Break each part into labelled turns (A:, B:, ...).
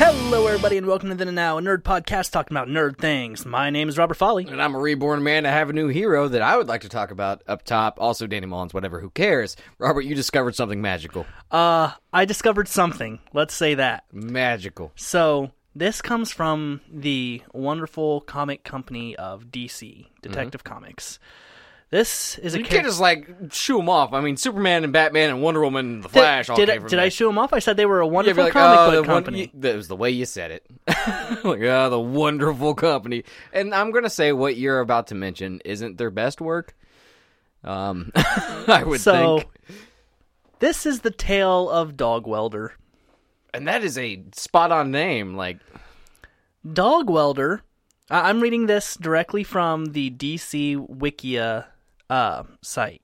A: everybody, and welcome to the Now, a nerd podcast talking about nerd things. My name is Robert Folly.
B: And I'm a reborn man. I have a new hero that I would like to talk about up top. Also, Danny Mullins, whatever, who cares? Robert, you discovered something magical.
A: Uh, I discovered something. Let's say that.
B: Magical.
A: So this comes from the wonderful comic company of DC, Detective Comics. This is a
B: Mm-hmm. You
A: char-
B: can't just like shoo him off. I mean, Superman and Batman and Wonder Woman and The
A: Did-
B: Flash all
A: Did, I-
B: came from
A: did I
B: that.
A: show them off? I said they were a
B: Yeah,
A: wonderful
B: be like,
A: comic
B: "Oh,
A: book
B: the one-
A: company.
B: you- that was the way you said it. like, oh, the wonderful company. And I'm gonna say what you're about to mention isn't their best work. Um, I would
A: so
B: think,
A: this is the tale of Dog Welder.
B: and that is a spot on name. Like,
A: Dog Welder. I- I'm reading this directly from the DC Wikia uh, site.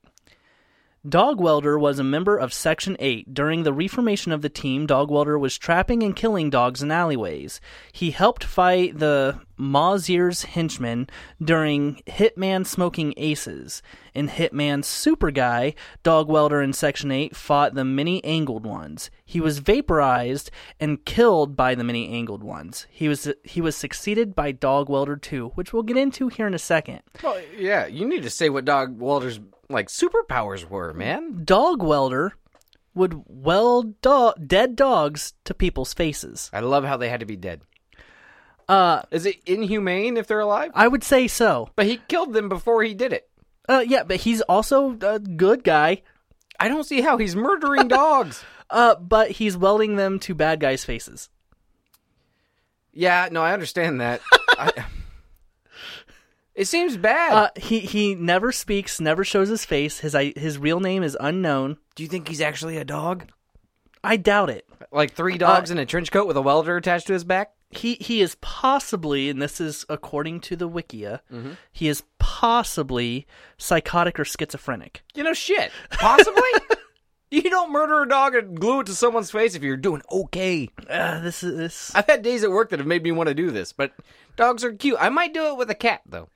A: Dog Welder was a member of Section 8. During the reformation of the team, Dog Welder was trapping and killing dogs in alleyways. He helped fight the Mazier's henchmen during Hitman Smoking Aces. In Hitman Super Guy, Dog Welder in Section 8 fought the many angled ones. He was vaporized and killed by the many angled ones. He was he was succeeded by Dog Welder 2, which we'll get into here in a second.
B: well, yeah, you need to say what Dog Walter's like superpowers were, man.
A: dog welder would weld do- dead dogs to people's faces.
B: I love how they had to be dead.
A: Uh,
B: Is it inhumane if they're alive?
A: I would say so.
B: But he killed them before he did it.
A: Uh, yeah, but he's also a good guy.
B: I don't see how he's murdering dogs.
A: Uh, but he's welding them to bad guys' faces.
B: Yeah, no, I understand that. I, it seems bad.
A: Uh, he he never speaks, never shows his face. His I, his real name is unknown.
B: Do you think he's actually a dog? Uh,
A: I doubt it.
B: Like three dogs in a trench coat with a welder attached to his back?
A: He he is possibly, and this is according to the Wikia, he is possibly psychotic or schizophrenic.
B: You know, shit. Possibly? you don't murder a dog and glue it to someone's face if you're doing okay.
A: Uh, this is this.
B: I've had days at work that have made me want to do this, but dogs are cute. I might do it with a cat, though.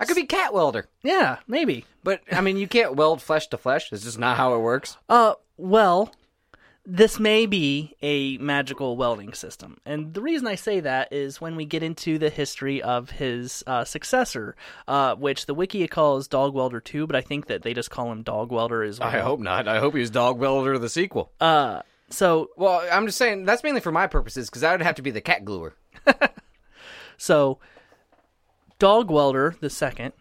B: I could be cat welder.
A: Yeah, maybe.
B: But, I mean, you can't weld flesh to flesh. It's just not how it works.
A: Uh, well, this may be a magical welding system. And the reason I say that is when we get into the history of his uh, successor, uh, which the Wikia calls Dog Welder 2, but I think that they just call him Dog Welder as well.
B: I hope not. I hope he's dog welder the sequel.
A: Uh, so,
B: well, I'm just saying that's mainly for my purposes because I would have to be the cat gluer.
A: so Dog Welder the second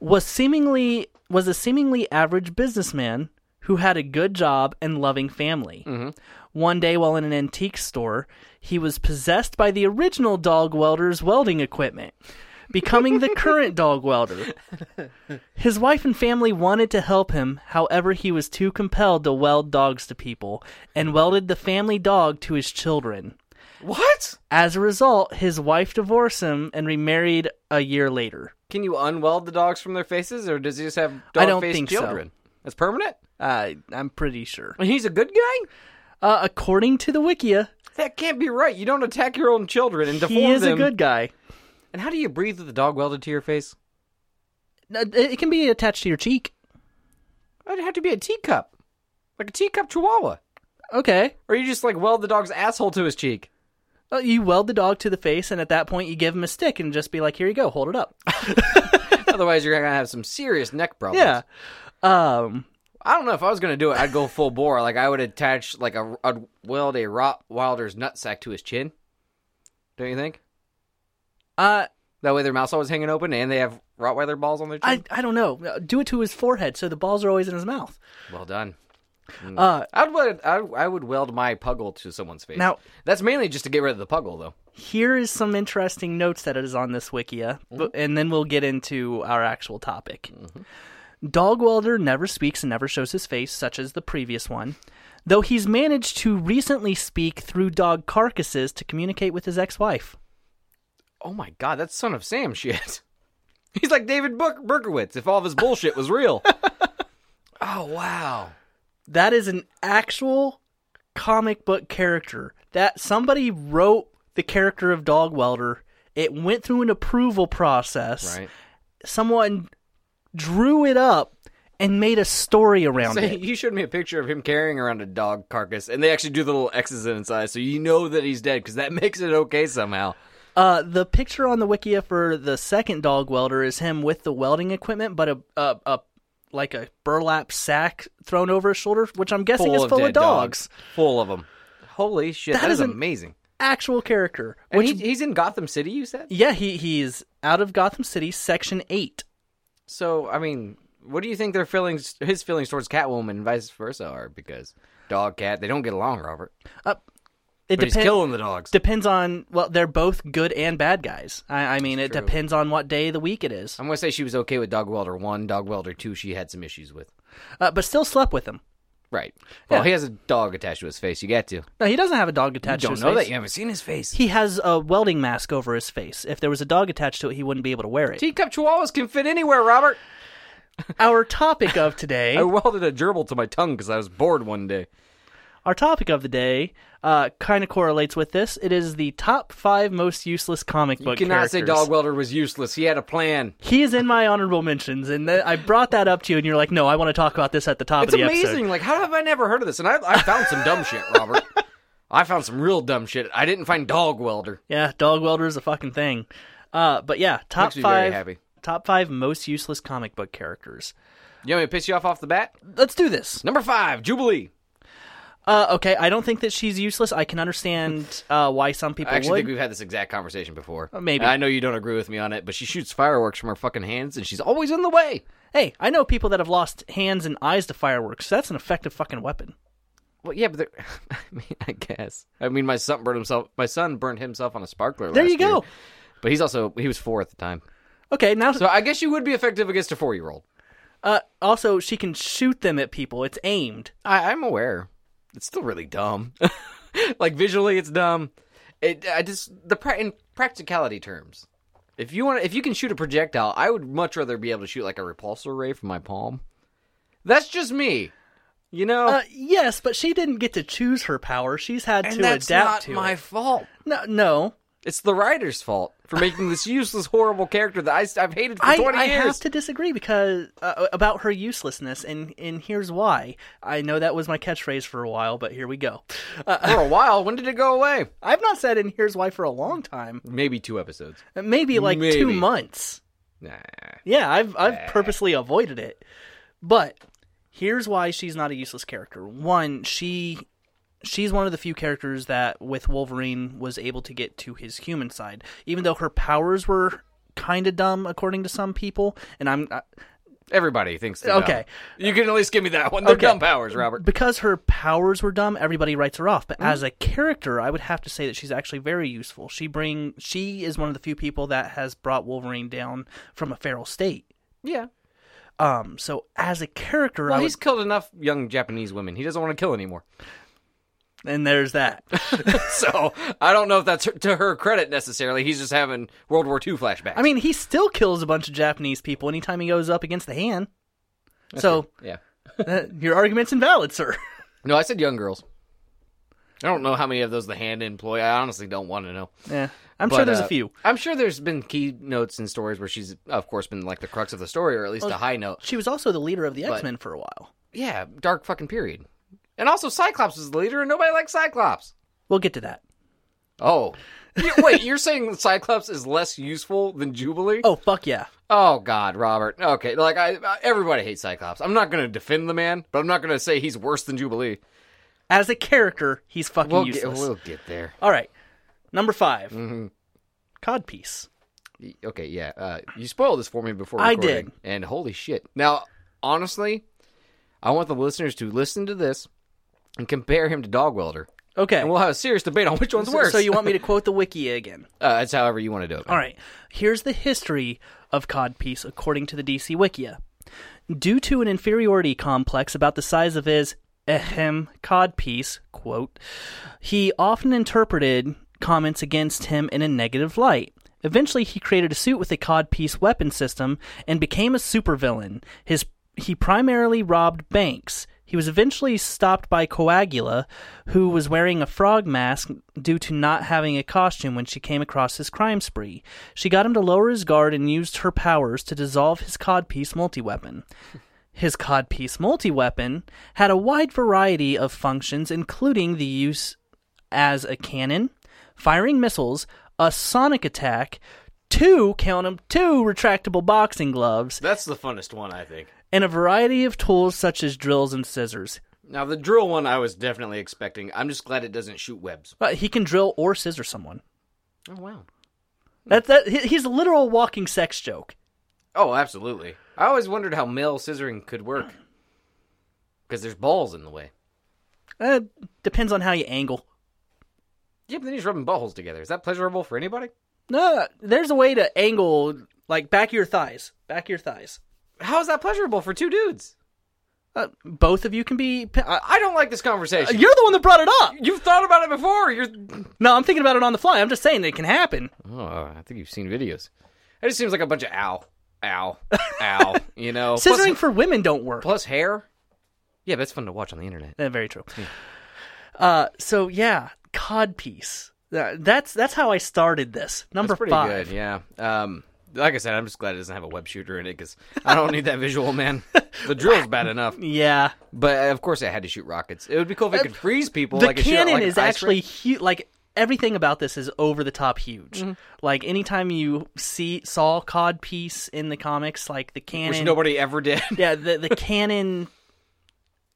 A: was seemingly was a seemingly average businessman who had a good job and loving family. One day, while in an antique store, he was possessed by the original dog welder's welding equipment, becoming the current dog welder. His wife and family wanted to help him, however, he was too compelled to weld dogs to people and welded the family dog to his children.
B: What?
A: As a result, his wife divorced him and remarried a year later.
B: Can you unweld the dogs from their faces, or does he just have dog
A: don't
B: faced
A: think so.
B: children? That's permanent.
A: Uh, I'm pretty sure.
B: And he's a good guy.
A: Uh, according to the Wikia,
B: That can't be right. You don't attack your own children and deform
A: he is
B: them.
A: a good guy.
B: And how do you breathe with the dog welded to your face?
A: Uh, It it can be attached to your cheek.
B: I'd have to be a teacup, like a teacup chihuahua,
A: Okay.
B: or you just like weld the dog's asshole to his cheek.
A: Uh, you weld the dog to the face, and at that point, you give him a stick and just be like, "Here you go, hold it up."
B: Otherwise, you're gonna have some serious neck problems.
A: yeah. Um.
B: I don't know if I was gonna do it. I'd go full bore. Like I would attach like a I'd weld a Rottweiler's nutsack to his chin. Don't you think?
A: Uh.
B: That way their mouth's always hanging open and they have Rottweiler balls on their chin.
A: I. I don't know. Uh, Do it to his forehead, so the balls are always in his mouth.
B: Well done.
A: Uh.
B: I'd weld, I, I would weld my puggle to someone's face.
A: Now-
B: that's mainly just to get rid of the puggle, though.
A: Here is some interesting notes that is on this Wikia, bu- and then we'll get into our actual topic. Dog Welder never speaks and never shows his face, such as the previous one, though he's managed to recently speak through dog carcasses to communicate with his ex wife.
B: Oh my god, that's son of Sam shit. He's like David Book- Berkowitz if all of his bullshit was real. oh wow.
A: That is an actual comic book character. That somebody wrote the character of Dog Welder. It went through an approval process.
B: Right.
A: Someone drew it up and made a story around
B: Say,
A: it.
B: you showed me a picture of him carrying around a dog carcass, and they actually do the little X's inside, so you know that he's dead because that makes it okay somehow.
A: Uh, the picture on the wikia for the second dog welder is him with the welding equipment, but a a, a like a burlap sack thrown over his shoulder, which I'm guessing is full of,
B: dead
A: dogs.
B: full of them. Holy shit,
A: That
B: that is,
A: is an-
B: amazing.
A: Actual character.
B: And
A: which
B: he, he's in Gotham City, you said.
A: yeah, he he's out of Gotham City, Section Eight.
B: So I mean, what do you think their feelings, his feelings towards Catwoman and vice versa, are? Because dog cat, they don't get along, Robert.
A: Uh, It
B: But he's
A: depends.
B: killing the dogs.
A: Depends on well, they're both good and bad guys. I, I mean, it
B: That's true. Um,
A: depends on what day of the week it is.
B: I'm gonna say she was okay with Dog Welder One, Dog Welder Two. She had some issues with.
A: Uh, but still slept with him.
B: Right. Well, he has a dog attached to his face. You got to.
A: No, he doesn't have a dog attached to
B: Don't
A: his
B: know
A: face.
B: that you haven't seen his face.
A: He has a welding mask over his face. If there was a dog attached to it, he wouldn't be able to wear it.
B: Teacup chihuahuas can fit anywhere, Robert.
A: Our topic of today.
B: I welded a gerbil to my tongue because I was bored one day.
A: Our topic of the day uh, kind of correlates with this. It is the top five most useless comic
B: You
A: book
B: cannot
A: characters.
B: say Dog Welder was useless. He had a plan.
A: He is in my honorable mentions, and th- I brought that up to you, and you're like, "No, I want to talk about this at the top
B: It's
A: of the
B: amazing.
A: episode."
B: Like, how have I never heard of this? And I, I found some dumb shit, Robert. I found some real dumb shit. I didn't find Dog Welder.
A: Yeah, dog welder is a fucking thing. Uh, but yeah, top
B: Makes me very
A: five.
B: happy.
A: Top five most useless comic book characters.
B: You want me to piss you off off the bat?
A: Let's do this.
B: Number five, Jubilee.
A: Uh, okay, I don't think that she's useless. I can understand uh, why some people
B: I actually
A: would.
B: think we've had this exact conversation before.
A: Oh, maybe.
B: I know you don't agree with me on it, but she shoots fireworks from her fucking hands, and she's always in the way.
A: Hey, I know people that have lost hands and eyes to fireworks. that's an effective fucking weapon.
B: Well, yeah, but they're- I mean, I guess. I mean, my son burned himself. My son burned himself on a sparkler.
A: There
B: last
A: you go.
B: year, but he's also he was four at the time.
A: Okay, now
B: So I guess you would be effective against a four year old.
A: Uh, also, she can shoot them at people. It's aimed.
B: I'm aware. It's still really dumb. like visually, it's dumb. It I just the pra- in practicality terms. If you want, if you can shoot a projectile, I would much rather be able to shoot like a repulsor ray from my palm. That's just me, you know.
A: Uh, yes, but she didn't get to choose her power. She's had
B: and
A: to
B: that's not
A: adapt to
B: my
A: it.
B: fault.
A: No, no.
B: It's the writer's fault for making this useless, horrible character that I, have hated for
A: I,
B: 20
A: I
B: years.
A: have to disagree because uh, about her uselessness, and and here's why. I know that was my catchphrase for a while, but here we go. Uh,
B: For a while, when did it go away?
A: I've not said "and here's why" for a long time.
B: Maybe two episodes.
A: Maybe like two
B: Maybe.
A: months.
B: Nah.
A: Yeah, I've I've purposely avoided it. But here's why she's not a useless character. One, she she's one of the few characters that with Wolverine was able to get to his human side, even though her powers were kind of dumb according to some people. And I'm I,
B: Everybody thinks they're dumb.
A: Okay.
B: You can at least give me that one. They're
A: Okay.
B: dumb powers, Robert.
A: because her powers were dumb, everybody writes her off. But
B: Mm-hmm.
A: as a character, I would have to say that she's actually very useful. She bring she is one of the few people that has brought Wolverine down from a feral state.
B: Yeah.
A: Um, so as a character,
B: Well,
A: I would
B: he's killed enough young Japanese women. He doesn't want to kill anymore.
A: and there's that.
B: So I don't know if that's her, to her credit necessarily. He's just having World War II flashbacks.
A: I mean, he still kills a bunch of Japanese people anytime he goes up against the hand. so
B: yeah.
A: uh, your argument's invalid, sir.
B: No, I said young girls. I don't know how many of those the hand employ. I honestly don't want to know.
A: yeah, I'm
B: But,
A: sure there's
B: uh,
A: a few.
B: I'm sure there's been key notes and stories where she's, of course, been like the crux of the story, or at
A: Oh,
B: least a high note.
A: She was also the leader of the X Men for a while.
B: Yeah, dark fucking period. And also, Cyclops was the leader, and nobody likes Cyclops.
A: We'll get to that.
B: Oh, You- wait, you're saying Cyclops is less useful than Jubilee?
A: Oh fuck yeah!
B: Oh God, Robert. Okay, like I, I- everybody hates Cyclops. I'm not gonna defend the man, but I'm not gonna say he's worse than Jubilee.
A: As a character, he's fucking
B: We'll get,
A: useless.
B: we'll Mm-hmm. get there.
A: All right, number 5 Codpiece.
B: Y- Okay, yeah. Uh, you spoiled this for me before.
A: I
B: Recording,
A: did.
B: and holy shit. Now, honestly, I want the listeners to listen to this and compare him to Dog Welder,
A: Okay.
B: and we'll have a serious debate on which one's
A: So-
B: worse.
A: so you want me to quote the wiki again?
B: Uh, it's however you want to do it.
A: All right. Here's the history of Codpiece according to the DC Wikia. Due to an inferiority complex about the size of his ahem codpiece, quote, he often interpreted comments against him in a negative light. Eventually, he created a suit with a codpiece weapon system and became a supervillain. His he primarily robbed banks. He was eventually stopped by Coagula, who was wearing a frog mask due to not having a costume when she came across his crime spree. She got him to lower his guard and used her powers to dissolve his codpiece multi weapon. His codpiece multi-weapon had a wide variety of functions, including the use as a cannon, firing missiles, a sonic attack, two count 'em, two retractable boxing gloves,
B: That's the funnest one, I think.
A: and a variety of tools such as drills and scissors.
B: Now the drill one, I was definitely expecting. I'm just glad it doesn't shoot webs.
A: Uh, he can drill or scissor someone.
B: Oh wow.
A: That that he- he's a literal walking sex joke.
B: Oh, absolutely. I always wondered how male scissoring could work because there's balls in the way.
A: Uh, depends on how you angle.
B: Yeah, but then he's rubbing buttholes together. Is that pleasurable for anybody?
A: No, there's a way to angle like back of your thighs, back of your thighs.
B: How is that pleasurable for two dudes?
A: Uh, both of you can be. Uh,
B: I don't like this conversation.
A: you're the one that brought it up.
B: Uh, You've thought about it before. You're.
A: No, I'm thinking about it on the fly. I'm just saying that it can happen.
B: Oh, I think you've seen videos. It just seems like a bunch of ow, ow, ow. You know, Plus-
A: Scissoring for women don't work.
B: plus hair. Yeah, but it's fun to watch on the internet.
A: Uh, very true.
B: Hmm.
A: Uh, so yeah, codpiece. That, that's that's how I started this. Number
B: That's pretty
A: five.
B: good. Yeah. Um, like I said, I'm just glad it doesn't have a web shooter in it because I don't need that visual, man. The drill's bad enough,
A: Yeah,
B: but uh, of course I had to shoot rockets. It would be cool if it could freeze people.
A: Uh, the
B: like a shot-
A: cannon
B: like an
A: is
B: ice
A: actually
B: ray.
A: huge. Like everything about this is over the top huge.
B: Mm-hmm.
A: Like anytime you see saw codpiece in the comics, like the cannon.
B: which nobody ever did.
A: yeah, the the cannon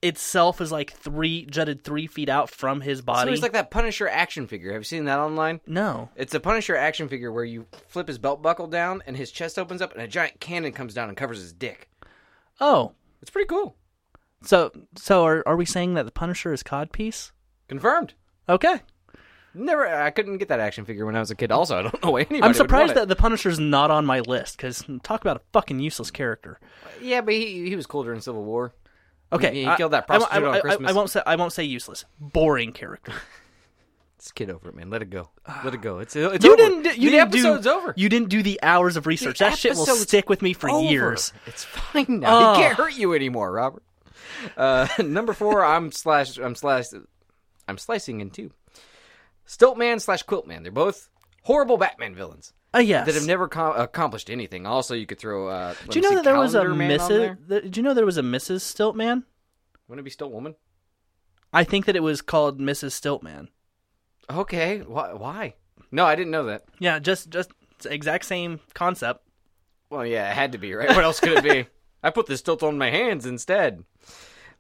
A: itself is like three jutted three feet out from his
B: So
A: body.
B: it's like that Punisher action figure. Have you seen that online?
A: no,
B: It's a Punisher action figure where you flip his belt buckle down and his chest opens up and a giant cannon comes down and covers his dick.
A: oh,
B: It's pretty cool.
A: so so are are we saying that the Punisher is codpiece?
B: Confirmed.
A: Okay.
B: Never. I couldn't get that action figure when I was a kid. Also, I don't know why anybody.
A: I'm
B: would
A: surprised
B: want
A: that the Punisher's not on my list because talk about a fucking useless character.
B: it. Yeah, but he, he was cool during Civil War.
A: Okay,
B: He- he
A: I-
B: killed that
A: I won't-
B: prostitute
A: I,
B: on
A: I- I-
B: Christmas.
A: I won't say I won't say useless. Boring character.
B: Let's get over it, man. Let it go. Let it go. It's it's
A: you
B: over.
A: didn't. do- You
B: the
A: didn't
B: episode's
A: do,
B: over.
A: You didn't do the hours of research. that shit will
B: episode's
A: stick with me for
B: Over.
A: years.
B: It's fine now.
A: Ugh.
B: He can't hurt you anymore, Robert. Uh, number four, I'm slash. I'm slash. I'm slicing in two. Stiltman slash Quiltman. They're both horrible Batman villains
A: Uh, yes.
B: that have never com- accomplished anything. Also, you could throw. Uh, let
A: do you
B: me
A: know
B: see,
A: that there was a
B: Calendar Man on there?
A: Mrs. th- Did you know there was a Mrs. Stiltman?
B: Wouldn't it be Stiltwoman?
A: I think that it was called Mrs. Stiltman.
B: Okay. Why? Why? No, I didn't know that.
A: Yeah, just just it's the exact same concept.
B: Well, yeah, it had to be, right? What else could it be? I put the stilt on my hands instead.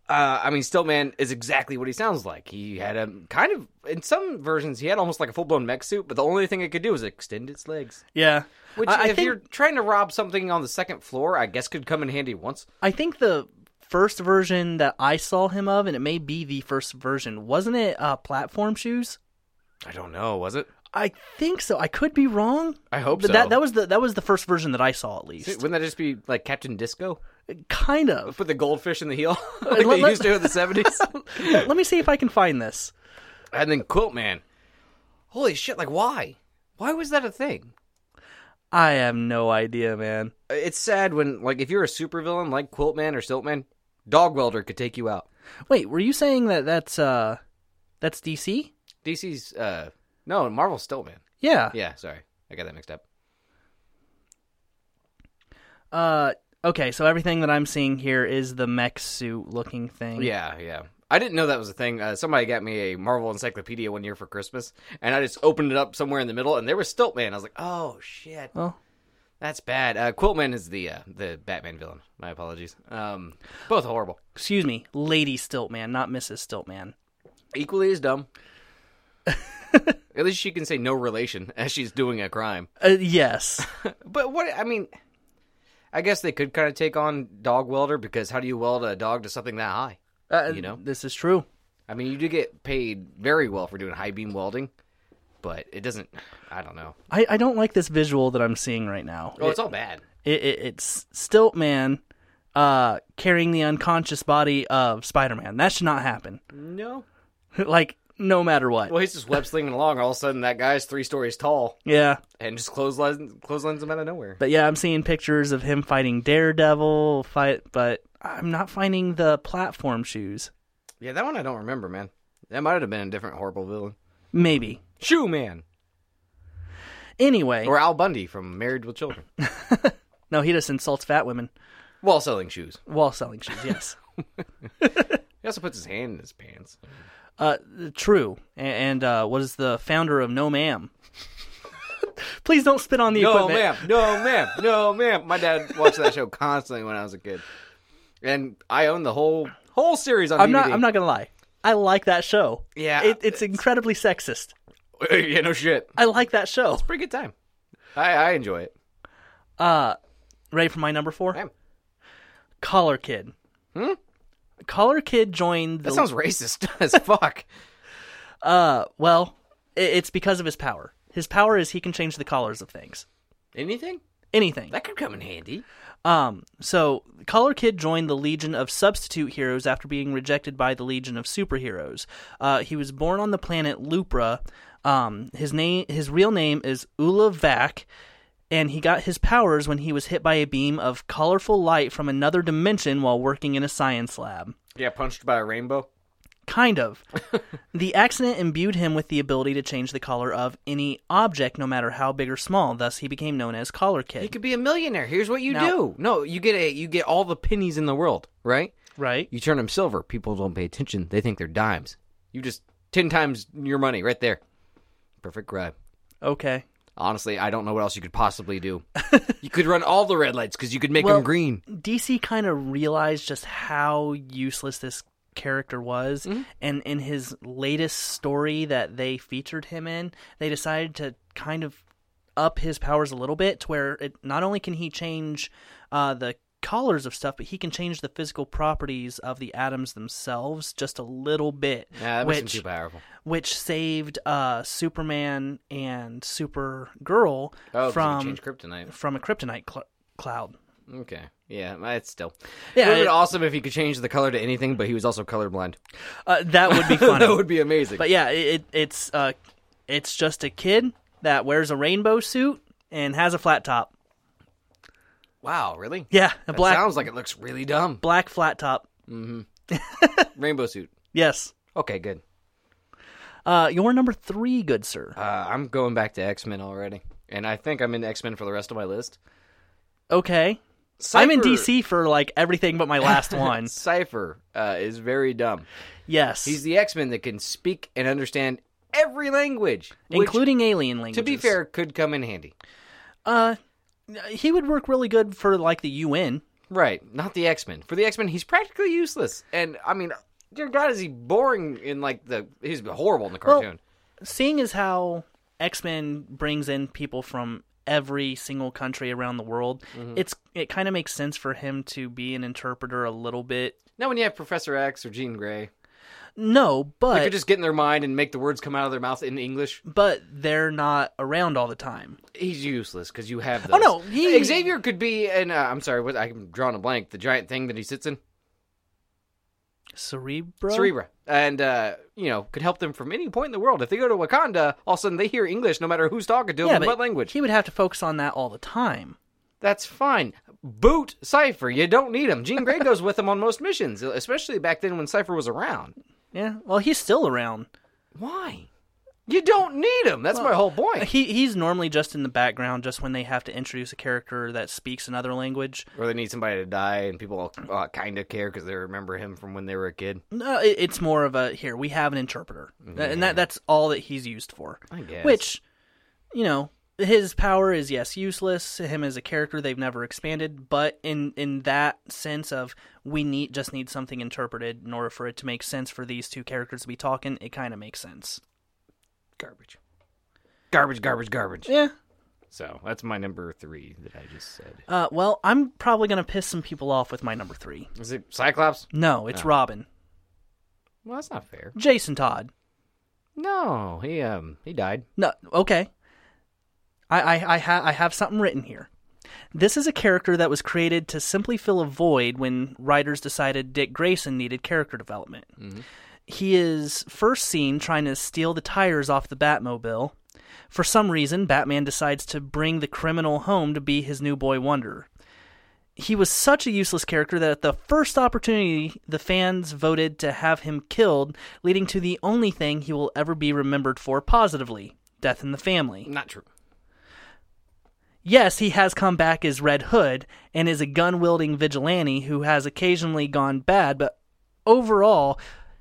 B: Uh, I mean, Stiltman is exactly what he sounds like. He had a kind of, in some versions, he had almost like a full blown mech suit, but the only thing it could do was extend its legs.
A: Yeah,
B: Which,
A: I, I
B: if
A: think
B: you're trying to rob something on the second floor, I guess could come in handy once.
A: I think the first version that I saw him of, and it may be the first version, wasn't it? Uh, platform shoes.
B: I don't know, was it?
A: I think so. I could be wrong.
B: I hope
A: but
B: so.
A: that that was the that was the first version that I saw at least.
B: Wouldn't that just be like Captain Disco?
A: kind of.
B: Put the goldfish in the heel like
A: Let-
B: they
A: let-
B: used to in the 70s?
A: Let let me see if I can find this.
B: and then Quiltman. Holy shit, like why? Why was that a thing?
A: I have no idea, man.
B: it's sad when like if you're a supervillain like Quiltman or Stiltman, Dog Welder could take you out.
A: Wait, were you saying that that's uh that's DC?
B: DC's uh no, Marvel Stiltman.
A: Yeah.
B: Yeah, sorry. I got that mixed up.
A: Uh okay, so everything that I'm seeing here is the mech suit looking thing.
B: Yeah, yeah. I didn't know that was a thing. Uh, somebody got me a Marvel encyclopedia one year for Christmas, and I just opened it up somewhere in the middle, and there was Stiltman. I was like, "Oh shit,
A: Well,
B: that's bad." Uh, Quiltman is the uh, the Batman villain. My apologies. Um, both horrible,
A: excuse me, Lady Stiltman, not Mrs. Stiltman.
B: equally as dumb. At least she can say no relation as she's doing a crime.
A: Uh, yes.
B: But what I mean, I guess they could kind of take on dog welder because how do you weld a dog to something that high?
A: Uh,
B: You know?
A: This is true.
B: I mean, you do get paid very well for doing high beam welding, but it doesn't. I don't know.
A: I, I don't like this visual that I'm seeing right now.
B: Oh, it's all bad.
A: It, it, it's Stiltman uh, carrying the unconscious body of Spider-Man. That should not happen.
B: No.
A: like no matter what.
B: Well, he's just web slinging along. All of a sudden, that guy's three stories tall
A: Yeah.
B: and just clotheslines, clotheslines him out of nowhere.
A: But yeah, I'm seeing pictures of him fighting Daredevil fight, but I'm not finding the platform shoes.
B: Yeah, that one I don't remember, man. That might have been a different horrible villain.
A: Maybe.
B: Shoe Man
A: Anyway,
B: or Al Bundy from Married with Children.
A: no, he just insults fat women.
B: While selling shoes,
A: while selling shoes. Yes,
B: he also puts his hand in his pants.
A: uh, true. A- And uh, was the founder of No Ma'am. Please don't spit on the
B: No,
A: equipment.
B: ma'am. No, ma'am. No, ma'am. My dad watched that show constantly when I was a kid, and I own the whole whole series on
A: I'm
B: DVD.
A: not. I'm not gonna lie. I like that show.
B: Yeah,
A: it, it's incredibly sexist.
B: yeah, no shit.
A: I like that show.
B: Pretty good time. I I enjoy it.
A: Ready for my number four?
B: Ma'am.
A: Collar Kid. Hmm. Collar Kid joined the.
B: That sounds racist as fuck.
A: uh, well, i it's because of his power. His power is he can change the collars of things.
B: Anything
A: Anything.
B: that could come in handy.
A: Um, so Collar Kid joined the Legion of Substitute Heroes after being rejected by the Legion of Superheroes. Uh, he was born on the planet Lupra. Um, his name, his real name is Ula Vac, and he got his powers when he was hit by a beam of colorful light from another dimension while working in a science lab.
B: Yeah, punched by a rainbow.
A: Kind of. the accident imbued him with the ability to change the color of any object, no matter how big or small. Thus, he became known as Collar
B: You
A: Kid.
B: could be a millionaire. Here's what you
A: Now-
B: do. No, you get a you get all the pennies in the world, right?
A: Right?
B: You turn them silver. People don't pay attention. They think they're dimes. You just ten times your money right there. Perfect grab.
A: Okay.
B: Honestly, I don't know what else you could possibly do. you could run all the red lights because you could make
A: Well-
B: them green. Ah,
A: DC kind of realized just how useless this character was
B: Mm-hmm.
A: and in his latest story that they featured him in they decided to kind of up his powers a little bit to where it not only can he change uh, the colors of stuff but he can change the physical properties of the atoms themselves just a little bit
B: Yeah, that
A: which
B: wasn't too powerful.
A: which saved uh, superman and supergirl
B: Oh, 'cause
A: from
B: you change kryptonite.
A: from a kryptonite cl- cloud
B: Okay, yeah, it's still.
A: Yeah,
B: it would
A: it-
B: be awesome if he could change the color to anything, but he was also colorblind.
A: uh, that would be funny
B: that would be amazing.
A: But yeah, it, it it's uh, it's just a kid that wears a rainbow suit and has a flat top.
B: wow, really?
A: Yeah, a
B: That
A: black
B: sounds like it looks really dumb.
A: black flat top.
B: Rainbow suit.
A: Yes.
B: Okay, good.
A: Uh, your number three, good sir.
B: Uh, I'm going back to X Men already, and I think I'm in X Men for the rest of my list.
A: Okay. I'm in
B: Cypher-
A: DC for like everything but my last one.
B: Cipher uh, is very dumb.
A: Yes,
B: He's the X Men that can speak and understand every language, which,
A: including alien languages.
B: to be fair, could come in handy.
A: uh, he would work really good for like the UN.
B: Right, not the X Men. For the X Men, he's practically useless, and I mean, dear God, is he boring in like the? He's horrible in the
A: Well-
B: cartoon.
A: Seeing as how X Men brings in people from every single country around the world,
B: Mm-hmm.
A: it's it kind of makes sense for him to be an interpreter a little bit
B: now, when you have Professor X or Jean Grey,
A: No,
B: you
A: but
B: could just get in their mind and make the words come out of their mouth in English.
A: but they're not around all the time.
B: He's useless because you have. Those.
A: Oh, no, he-
B: Xavier could be, and uh, I'm sorry, what, I'm drawing a blank. The giant thing that he sits in,
A: Cerebro.
B: Cerebra, and uh, you know, could help them from any point in the world. If they go to Wakanda, all of a sudden they hear English, no matter who's talking to them
A: Yeah,
B: in
A: but
B: what language.
A: He would have to focus on that all the time.
B: That's fine. Boot Cipher. You don't need him. Jean Grey goes with him on most missions, especially back then when Cipher was around.
A: Yeah. Well, he's still around.
B: Why? You don't need him. That's my whole point.
A: He he's normally just in the background, just when they have to introduce a character that speaks another language.
B: Or they need somebody to die, and people uh, kind of care because they remember him from when they were a kid.
A: No, it, it's more of a here we have an interpreter, and that that's all that he's used for.
B: I guess.
A: Which, you know, his power is yes useless. Him as a character they've never expanded, but in in that sense of we need just need something interpreted in order for it to make sense for these two characters to be talking, it kind of makes sense.
B: Garbage. Garbage, garbage, garbage.
A: Yeah.
B: So that's my number three that I just said.
A: Uh, well, I'm probably gonna piss some people off with my number three.
B: Is it Cyclops?
A: No, it's Robin,
B: Well, that's not fair.
A: Jason Todd.
B: No, he um he died.
A: No, okay. I I I, ha- I have something written here. This is a character that was created to simply fill a void when writers decided Dick Grayson needed character development. He is first seen trying to steal the tires off the Batmobile. For some reason, Batman decides to bring the criminal home to be his new boy wonder. He was such a useless character that at the first opportunity, the fans voted to have him killed, leading to the only thing he will ever be remembered for positively death in the family.
B: Not true.
A: Yes, he has come back as Red Hood and is a gun wielding vigilante who has occasionally gone bad, but overall,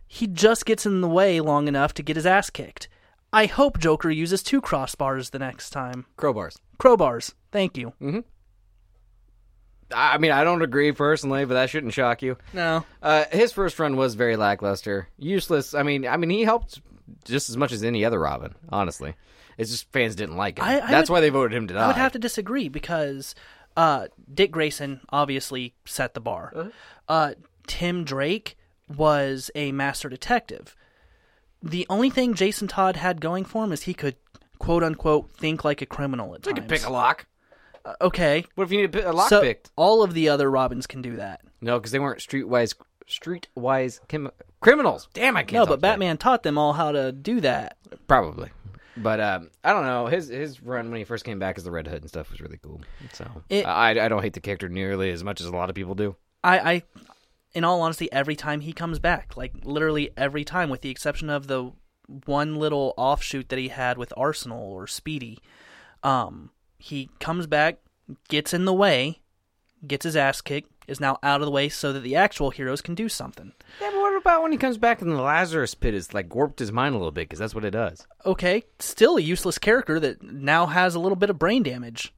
A: he just gets in the way long enough to get his ass kicked. I hope Joker uses two crossbars the next time.
B: Crowbars.
A: Crowbars. Thank you.
B: I I mean, I don't agree personally, but that shouldn't shock you.
A: No.
B: Uh, his first run was very lackluster, useless. I mean, I mean, he helped just as much as any other Robin. Honestly, it's just fans didn't like him.
A: I- I
B: That's
A: would-
B: why they voted him to die.
A: I would have to disagree because uh, Dick Grayson obviously set the bar. uh Tim Drake was a master detective. The only thing Jason Todd had going for him is he could "quote unquote" think like a criminal at
B: You
A: times. Uh,
B: could pick a lock.
A: okay,
B: What if you need a, pi- a lock
A: so
B: picked?
A: all of the other Robins can do that.
B: No, because they weren't streetwise streetwise chem- criminals. Damn, I can't.
A: No,
B: talk
A: but
B: today.
A: Batman taught them all how to do that.
B: probably. But um, I don't know. His his run when he first came back as the Red Hood and stuff was really cool. So
A: It-
B: I I don't hate the character nearly as much as a lot of people do.
A: I, I, in all honesty, every time he comes back, like literally every time, with the exception of the one little offshoot that he had with Arsenal or Speedy, um, he comes back, gets in the way, gets his ass kicked, is now out of the way so that the actual heroes can do something.
B: Yeah, but what about when he comes back and the Lazarus Pit is like warped his mind a little bit because that's what it does.
A: Okay, still a useless character that now has a little bit of brain damage.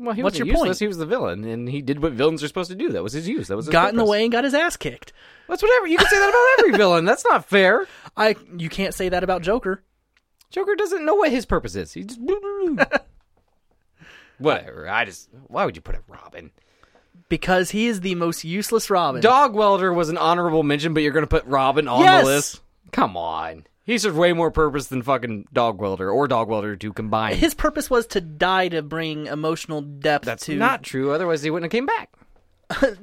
B: Well, he
A: What's
B: wasn't
A: your point?
B: useless. He was the villain, and he did what villains are supposed to do. That was his use. That was his
A: Got in the
B: purpose.
A: way and got his ass kicked.
B: That's whatever. You can say that about every villain. That's not fair.
A: I you can't say that about Joker.
B: Joker doesn't know what his purpose is. He just whatever. I just why would you put a Robin?
A: Because he is the most useless Robin.
B: Dog Welder was an honorable mention, but you're gonna put Robin on
A: Yes!
B: the list? Come on. He served way more purpose than fucking Dog Welder or Dog Welder to combine.
A: his purpose was to die to bring emotional depth
B: That's
A: to
B: not true. Otherwise, he wouldn't have came back.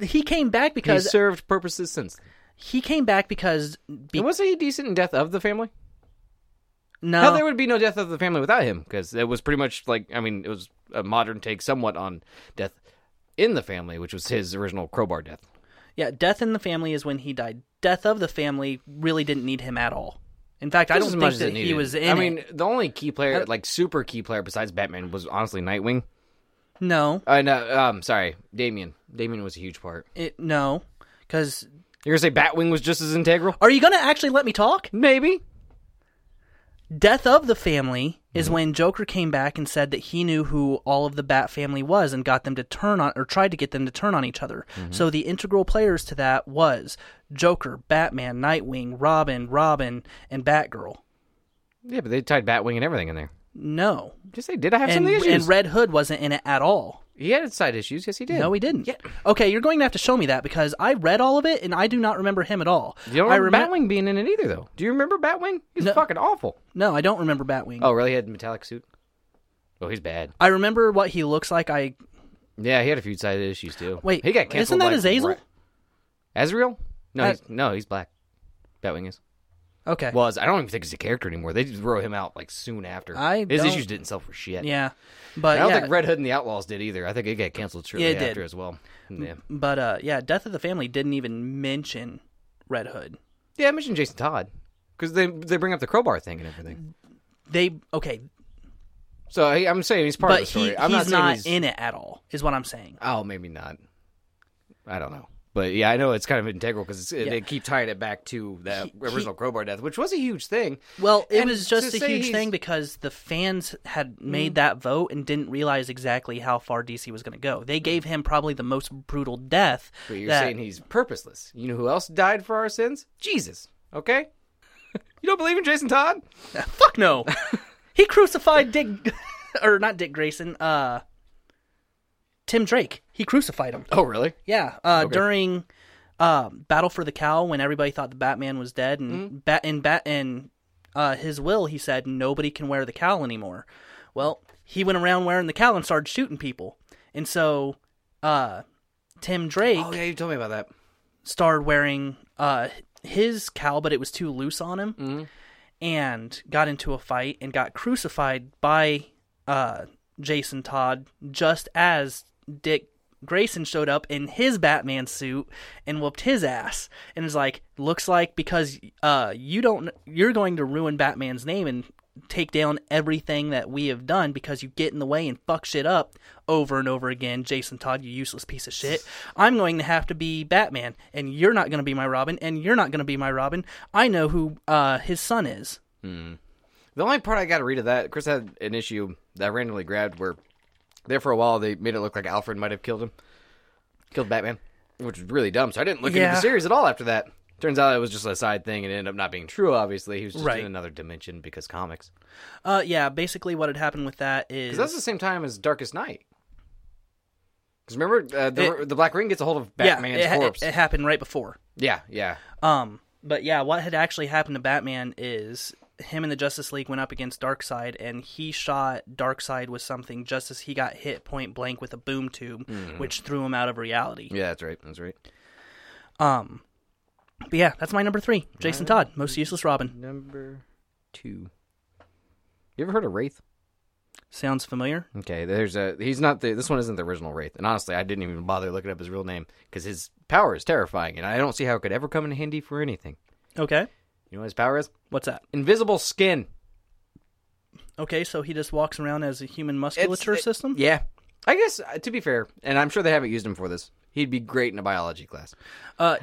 A: he came back
B: He
A: because
B: served purposes since.
A: he came back because be-
B: And wasn't he decent in Death of the Family?
A: no
B: Hell, there would be no Death of the Family without him, because it was pretty much like I mean, it was a modern take somewhat on Death in the Family, which was his original crowbar death.
A: yeah death in the family is when he died death of the family really didn't need him at all in fact i
B: Just
A: don't
B: as
A: think
B: much as
A: that
B: it
A: he
B: needed.
A: was in
B: I
A: it.
B: mean, the only key player, like super key player besides Batman, was honestly Nightwing.
A: no
B: Uh, no, um, sorry, Damien. Damien was a huge part.
A: it, no because
B: You're gonna say Batwing was just as integral?
A: are you gonna actually let me talk
B: Maybe.
A: death of the family
B: Mm-hmm.
A: is when joker came back and said that he knew who all of the bat family was and got them to turn on or tried to get them to turn on each other
B: Mm-hmm.
A: so the integral players to that was joker batman nightwing robin robin and batgirl
B: Yeah, but they tied Batwing and everything in there.
A: no
B: Just say, did I have
A: and,
B: some of the issues?
A: and Red Hood wasn't in it at all.
B: he had side issues. Yes, he did.
A: No, he didn't.
B: Yeah.
A: Okay, you're going to have to show me that because I read all of it and I do not remember him at all.
B: You don't
A: I
B: remember
A: remem-
B: Batwing being in it either, though. Do you remember Batwing? He's fucking awful.
A: No, I don't remember Batwing.
B: Oh, really? He had a metallic suit. Oh, he's bad.
A: I remember what he looks like. I
B: Yeah, he had a few side issues too.
A: wait.
B: he got canceled.
A: Isn't that
B: like,
A: Azazel?
B: right- Azrael? No,
A: Uh,
B: he's, no, he's black. Batwing is.
A: Okay.
B: was. I don't even think he's a character anymore. They just throw him out like soon after.
A: I
B: His
A: don't-
B: issues didn't sell for shit.
A: yeah, but
B: I don't
A: yeah,
B: think Red Hood and the Outlaws did either. I think it got canceled shortly
A: Yeah, it did.
B: after as well. Yeah.
A: but uh, yeah, Death of the Family didn't even mention Red Hood.
B: Yeah, I mentioned Jason Todd because they they bring up the crowbar thing and everything.
A: They okay,
B: So he, I'm saying he's part
A: but
B: of the story.
A: he,
B: I'm
A: he's
B: saying
A: not
B: he's-
A: in it at all. Is what I'm saying.
B: Oh, maybe not. I don't know. But yeah, I know it's kind of integral because they keep tying it back to that original crowbar death, which was a huge thing.
A: Well, it
B: And
A: was just
B: to
A: a
B: say
A: huge
B: he's- Mm-hmm.
A: thing because the fans had made that vote and didn't realize exactly how far DC was going to go. They gave him probably the most brutal death.
B: But you're
A: that-
B: saying he's purposeless. You know who else died for our sins? Jesus. Okay? you don't believe in Jason Todd?
A: fuck no. he crucified Dick, or not Dick Grayson. Uh, Tim Drake. He crucified him.
B: Oh, really?
A: Yeah, uh, during uh, Battle for the Cow, when everybody thought the Batman was dead, and Bat in Bat in uh, his will, he said nobody can wear the cowl anymore. Well, he went around wearing the cowl and started shooting people, and so uh, Tim Drake
B: Oh, yeah, you told me about that.
A: started wearing uh, his cowl, but it was too loose on him, and got into a fight and got crucified by uh, Jason Todd just as Dick Grayson showed up in his Batman suit and whooped his ass and is like, looks like because uh, you don't, you're going to ruin Batman's name and take down everything that we have done because you get in the way and fuck shit up over and over again. Jason Todd, you useless piece of shit. I'm going to have to be Batman, and you're not going to be my Robin, and you're not going to be my Robin. I know who uh, his son is.
B: The only part I got to read of that, Chris had an issue that I randomly grabbed where there for a while they made it look like Alfred might have killed him, killed Batman, which was really dumb. So I didn't look into
A: Yeah.
B: the series at all after that. Turns out it was just a side thing and it ended up not being true. Obviously, he was just
A: Right.
B: in another dimension because comics.
A: Uh, yeah, basically what had happened with that is
B: Because that's the same time as Darkest Night. Because remember, uh, the, the Black Ring gets a hold of
A: yeah,
B: Batman's
A: it, ha-
B: corpse.
A: it happened right before.
B: yeah, yeah.
A: Um, but yeah, what had actually happened to Batman is him and the Justice League went up against Darkseid, and he shot Darkseid with something just as he got hit point blank with a boom tube,
B: Mm-hmm.
A: which threw him out of reality. Um,
B: Yeah, that's right. That's right.
A: But yeah, that's my number three, Jason Todd, most useless Robin.
B: Number two. You ever heard of Wraith?
A: Sounds familiar.
B: Okay, there's a he's not the this one isn't the original Wraith, and honestly, I didn't even bother looking up his real name because his power is terrifying, and I don't see how it could ever come in handy for anything.
A: Okay,
B: You know what his power is?
A: what's that?
B: Invisible skin.
A: Okay, so he just walks around as a human
B: It's-
A: musculature
B: it-
A: system.
B: Yeah, I guess uh, to be fair, and I'm sure they haven't used him for this. He'd be great in a biology class.
A: Uh,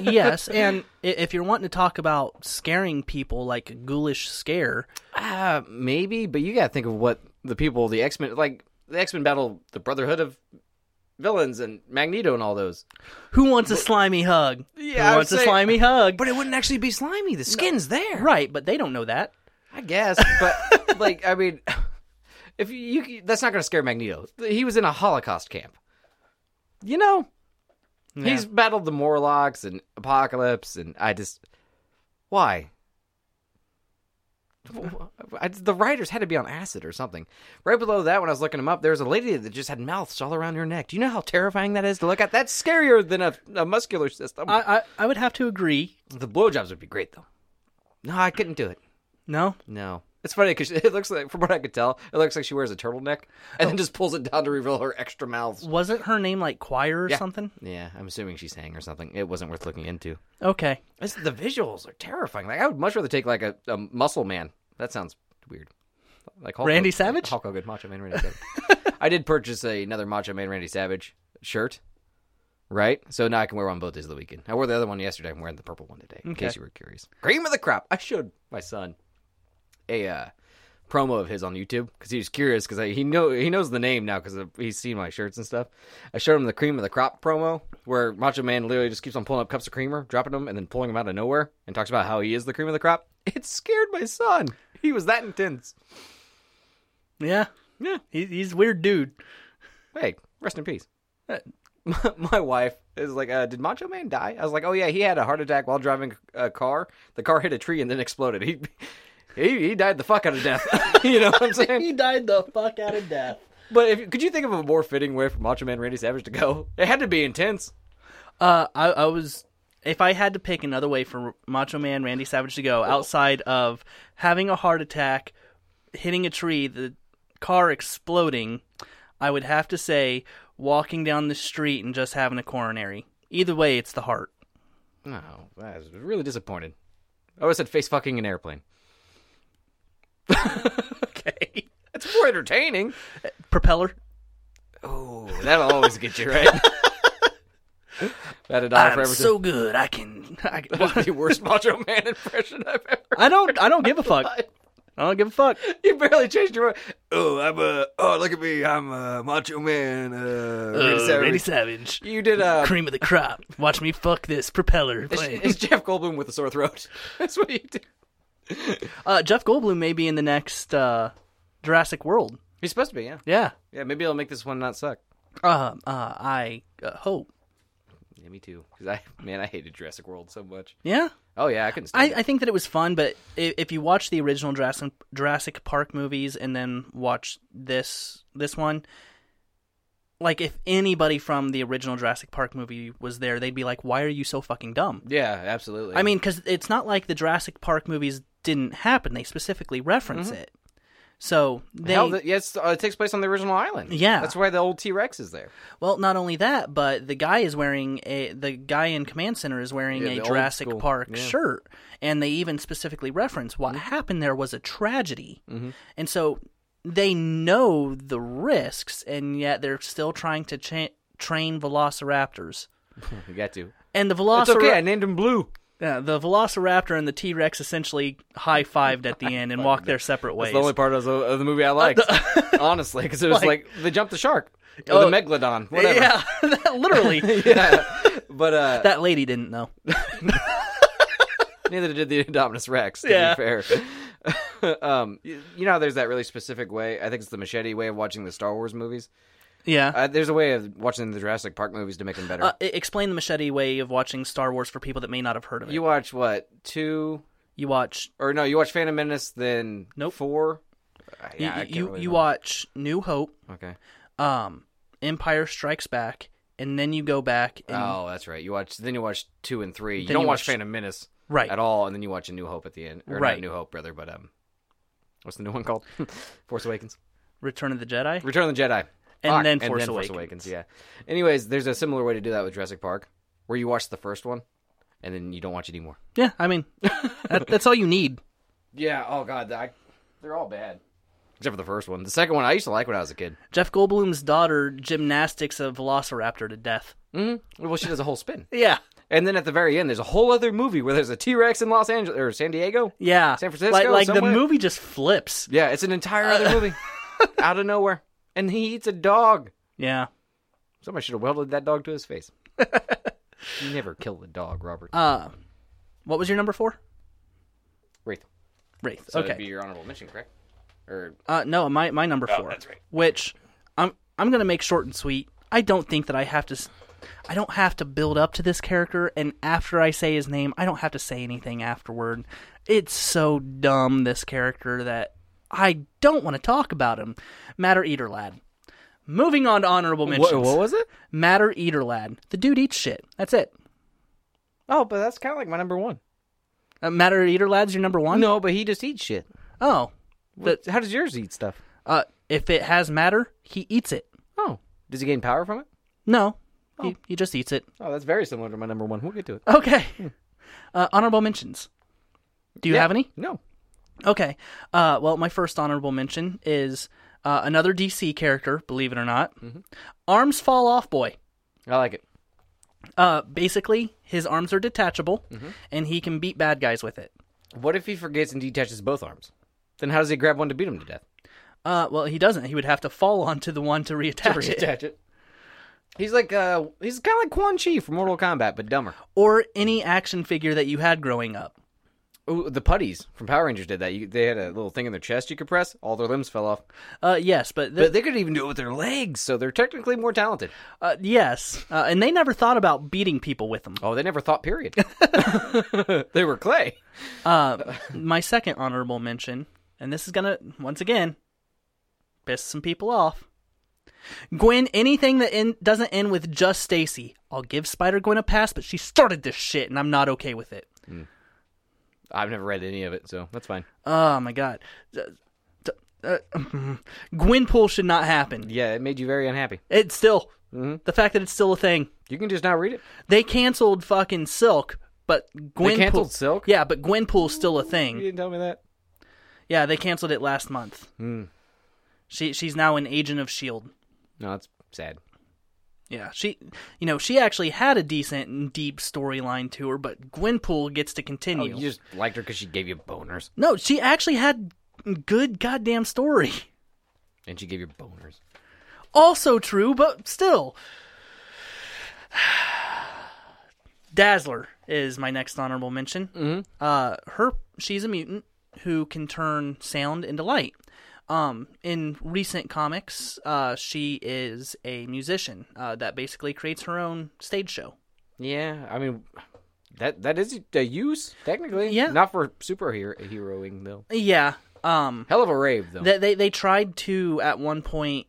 A: yes, and i- if you're wanting to talk about scaring people like a ghoulish scare,
B: Uh, maybe, but you gotta think of what the people, the X Men, like the X Men battle, the Brotherhood of villains, and Magneto, and all those.
A: who wants a slimy hug?
B: Yeah, I
A: who
B: would
A: wants a
B: say-
A: slimy hug?
B: But it wouldn't actually be slimy. The skin's there.
A: Right, but they don't know that.
B: I guess, but like, I mean, if you, you that's not going to scare Magneto. He was in a Holocaust camp. You know, he's battled the Morlocks and Apocalypse, and I just why. I, the writers had to be on acid or something. Right below that, when I was looking them up, there was a lady that just had mouths all around her neck. Do you know how terrifying that is to look at? That's scarier than a, a muscular system.
A: I, I I would have to agree.
B: the blowjobs would be great, though. No, I couldn't do it.
A: No,
B: No. It's funny because it looks like, from what I could tell, it looks like she wears a turtleneck and then just pulls it down to reveal her extra mouths.
A: wasn't her name like Choir or something?
B: Yeah, I'm assuming she sang or something. It wasn't worth looking into.
A: Okay,
B: It's, the visuals are terrifying. Like I would much rather take like a, a muscle man. That sounds weird. Like Hulk
A: Randy
B: Hogan-
A: Savage?
B: Hulk Hogan, Macho Man, Randy Savage. I did purchase a, another Macho Man, Randy Savage shirt. Right, so now I can wear one both days of the weekend. I wore the other one yesterday. I'm wearing the purple one today, in
A: Okay.
B: case you were curious. Cream of the crop. I showed my son a uh, promo of his on YouTube because he was curious because he know he knows the name now because he's seen my shirts and stuff. I showed him the cream of the crop promo where Macho Man literally just keeps on pulling up cups of creamer, dropping them, and then pulling them out of nowhere, and talks about how he is the cream of the crop. It scared my son. He was that intense.
A: yeah,
B: Yeah.
A: he, he's a weird dude.
B: Hey, rest in peace. Uh, My, my wife is like, uh, did Macho Man die? I was like, oh yeah, he had a heart attack while driving a car. The car hit a tree and then exploded. He he, he died the fuck out of death. you know what I'm saying?
A: He died the fuck out of death.
B: But if, could you think of a more fitting way for Macho Man Randy Savage to go? It had to be intense.
A: Uh, I, I was. If I had to pick another way for Macho Man Randy Savage to go outside of having a heart attack, hitting a tree, the car exploding, I would have to say walking down the street and just having a coronary. Either way, it's the heart.
B: No, I was really disappointed. I always said face fucking an airplane.
A: Okay.
B: It's more entertaining.
A: Propeller.
B: Oh, that'll always get you right. That a dollar for
A: I'm
B: everything.
A: so good. I can. I, can-
B: That's the worst Macho Man impression I've ever.
A: I don't. I don't give a fuck. I don't give a fuck.
B: You barely changed your mind. Oh, I'm a. Oh, look at me. I'm a Macho Man. Uh, Randy
A: Uh,
B: Savage.
A: Randy Savage.
B: You did uh,
A: Cream of the crop. Watch me fuck this propeller plane.
B: It's Jeff Goldblum with a sore throat. That's what you did.
A: Uh, Jeff Goldblum may be in the next uh, Jurassic World.
B: He's supposed to be, yeah.
A: Yeah.
B: Yeah, maybe I'll make this one not suck.
A: Uh, uh, I uh, hope.
B: Yeah, me too. Because I, man, I hated Jurassic World so much.
A: Yeah.
B: Oh yeah, I couldn't.
A: I,
B: Stand
A: I think that it was fun, but i- if you watch the original Jurassic, Jurassic Park movies and then watch this this one, like if anybody from the original Jurassic Park movie was there, they'd be like, "Why are you so fucking dumb?"
B: it. Yeah, absolutely.
A: I mean, because it's not like the Jurassic Park movies didn't happen; they specifically reference it. So they
B: Mm-hmm. Hell, that, yes, uh, it takes place on the original island.
A: Yeah.
B: that's why the old T Rex is there.
A: well, not only that, but the guy is wearing a the guy in command center is wearing
B: Yeah, the
A: a
B: old
A: Jurassic
B: school.
A: Park
B: Yeah. Mm-hmm.
A: shirt, and they even specifically reference what happened there was a tragedy, and so they know the risks, and yet they're still trying to cha- train Velociraptors.
B: You got to.
A: And the
B: It's okay. I
A: Velociraptor,
B: named him Blue.
A: yeah, the Velociraptor and the T Rex essentially high fived at the end and walked their separate ways.
B: It's the only part of the, of the movie
A: Uh,
B: I liked, honestly, because it was like, they jumped the shark or
A: Oh.
B: the megalodon, whatever.
A: yeah, that- literally.
B: Yeah. But uh,
A: that lady didn't know.
B: neither did the Indominus Rex. To
A: Yeah.
B: be fair. um, you you know, how there's that really specific way. I think it's the machete way of watching the Star Wars movies.
A: Yeah.
B: Uh, there's a way of watching the Jurassic Park movies to make them better.
A: Uh, e- explain the machete way of watching Star Wars for people that may not have heard of it. You,
B: you watch what two
A: watch
B: or no? You watch Phantom Menace, then
A: Nope.
B: four. Uh,
A: you,
B: yeah, I can't
A: you,
B: really
A: you
B: remember.
A: watch New Hope,
B: Okay.
A: um, Empire Strikes Back, and then you go back and
B: Oh, that's right. You watch then you watch two and three. You
A: Then
B: don't
A: you
B: watch
A: watch-
B: Phantom Menace
A: Right.
B: at all, and then you watch A New Hope at the end. Or not
A: Right.
B: New Hope, brother, but um, what's the new one called? Force Awakens.
A: Return of the Jedi.
B: Return of the Jedi.
A: And
B: Fuck.
A: then Force Awakens.
B: Yeah. Anyways, there's a similar way to do that with Jurassic Park, where you watch the first one, and then you don't watch it anymore.
A: Yeah, I mean, that, that's all you need.
B: Yeah. Oh God, I, they're all bad. Except for the first one. The second one I used to like when I was a kid.
A: Jeff Goldblum's daughter gymnastics a velociraptor to death.
B: hmm Well, she does a whole spin.
A: Yeah.
B: And then at the very end, there's a whole other movie where there's a T Rex in Los Angeles or San Diego.
A: Yeah.
B: San Francisco,
A: Like, like the
B: somewhere?
A: movie just flips.
B: Yeah, it's an entire other movie out of nowhere. And he eats a dog.
A: Yeah.
B: Somebody should have welded that dog to his face. you never kill the dog, Robert.
A: Uh, what was your number four?
B: Wraith.
A: Wraith.
B: So
A: okay.
B: that'd be your honorable mention, correct? Or
A: Uh, no, my my number four.
B: Oh, that's right.
A: Which I'm I'm gonna make short and sweet. I don't think that I have to. s- I don't have to build up to this character, and after I say his name, I don't have to say anything afterward. It's so dumb this character that I don't want to talk about him. Matter Eater Lad. Moving on to honorable mentions.
B: was it?
A: Matter Eater Lad. The dude eats shit. That's it.
B: Oh, but that's kind of like my number one.
A: Uh, Matter Eater Lad's your number one.
B: No, but he just eats shit.
A: Oh,
B: What- How does yours eat stuff?
A: uh, if it has matter, he eats it.
B: Oh, does he gain power from it?
A: No, he, he just eats it.
B: Oh, that's very similar to my number one. We'll get to it.
A: Okay. Uh, honorable mentions. Do you
B: Yeah.
A: have any?
B: No.
A: Okay. Uh, well, my first honorable mention is uh, another DC character, believe it or not. Arms fall off, boy.
B: I like it.
A: Uh, basically, his arms are detachable, and he can beat bad guys with it.
B: What if he forgets and detaches both arms? Then how does he grab one to beat him to death?
A: Uh, well, he doesn't. He would have to fall onto the one to reattach, it,
B: Detach it. He's like uh he's kinda like Quan Chi from Mortal Kombat, but dumber.
A: or any action figure that you had growing up.
B: Ooh, the putties from Power Rangers did that. You, they had a little thing in their chest you could press. All their limbs fell off.
A: Uh, yes, but, th-
B: But they could even do it with their legs, so they're technically more talented.
A: uh, yes, uh, and they never thought about beating people with them.
B: Oh, they never thought. Period. they were clay.
A: Uh, my second honorable mention, and this is gonna once again piss some people off. Gwen, anything that in, doesn't end with just Stacy, I'll give Spider Gwen a pass, but she started this shit, and I'm not okay with it.
B: I've never read any of it, so that's fine.
A: Oh my god, D- d- uh, Gwenpool should not happen.
B: Yeah, it made you very unhappy.
A: It's still
B: Mm-hmm.
A: the fact that it's still a thing.
B: You can just not read it.
A: They canceled fucking Silk, but Gwenpool
B: canceled Silk?
A: Yeah, but Gwenpool's still a
B: You
A: thing.
B: didn't tell me that.
A: Yeah, they canceled it last month.
B: Hmm.
A: She she's now an agent of Shield.
B: No, it's sad.
A: E Yeah, she you know, she actually had a decent and deep storyline to her, but Gwenpool gets to
B: Oh,
A: continue.
B: you just liked her because she gave you boners,
A: No, she actually had good goddamn story.
B: and she gave you boners.
A: Also true, but still. Dazzler is my next honorable mention. Mm-hmm. Uh, her she's a mutant who can turn sound into light. Um, in recent comics, uh, she is a musician uh, that basically creates her own stage show.
B: Yeah, I mean, that that is a use technically.
A: Yeah.
B: not for superheroing though.
A: Yeah. Um,
B: Hell of a rave though.
A: they they, they tried to at one point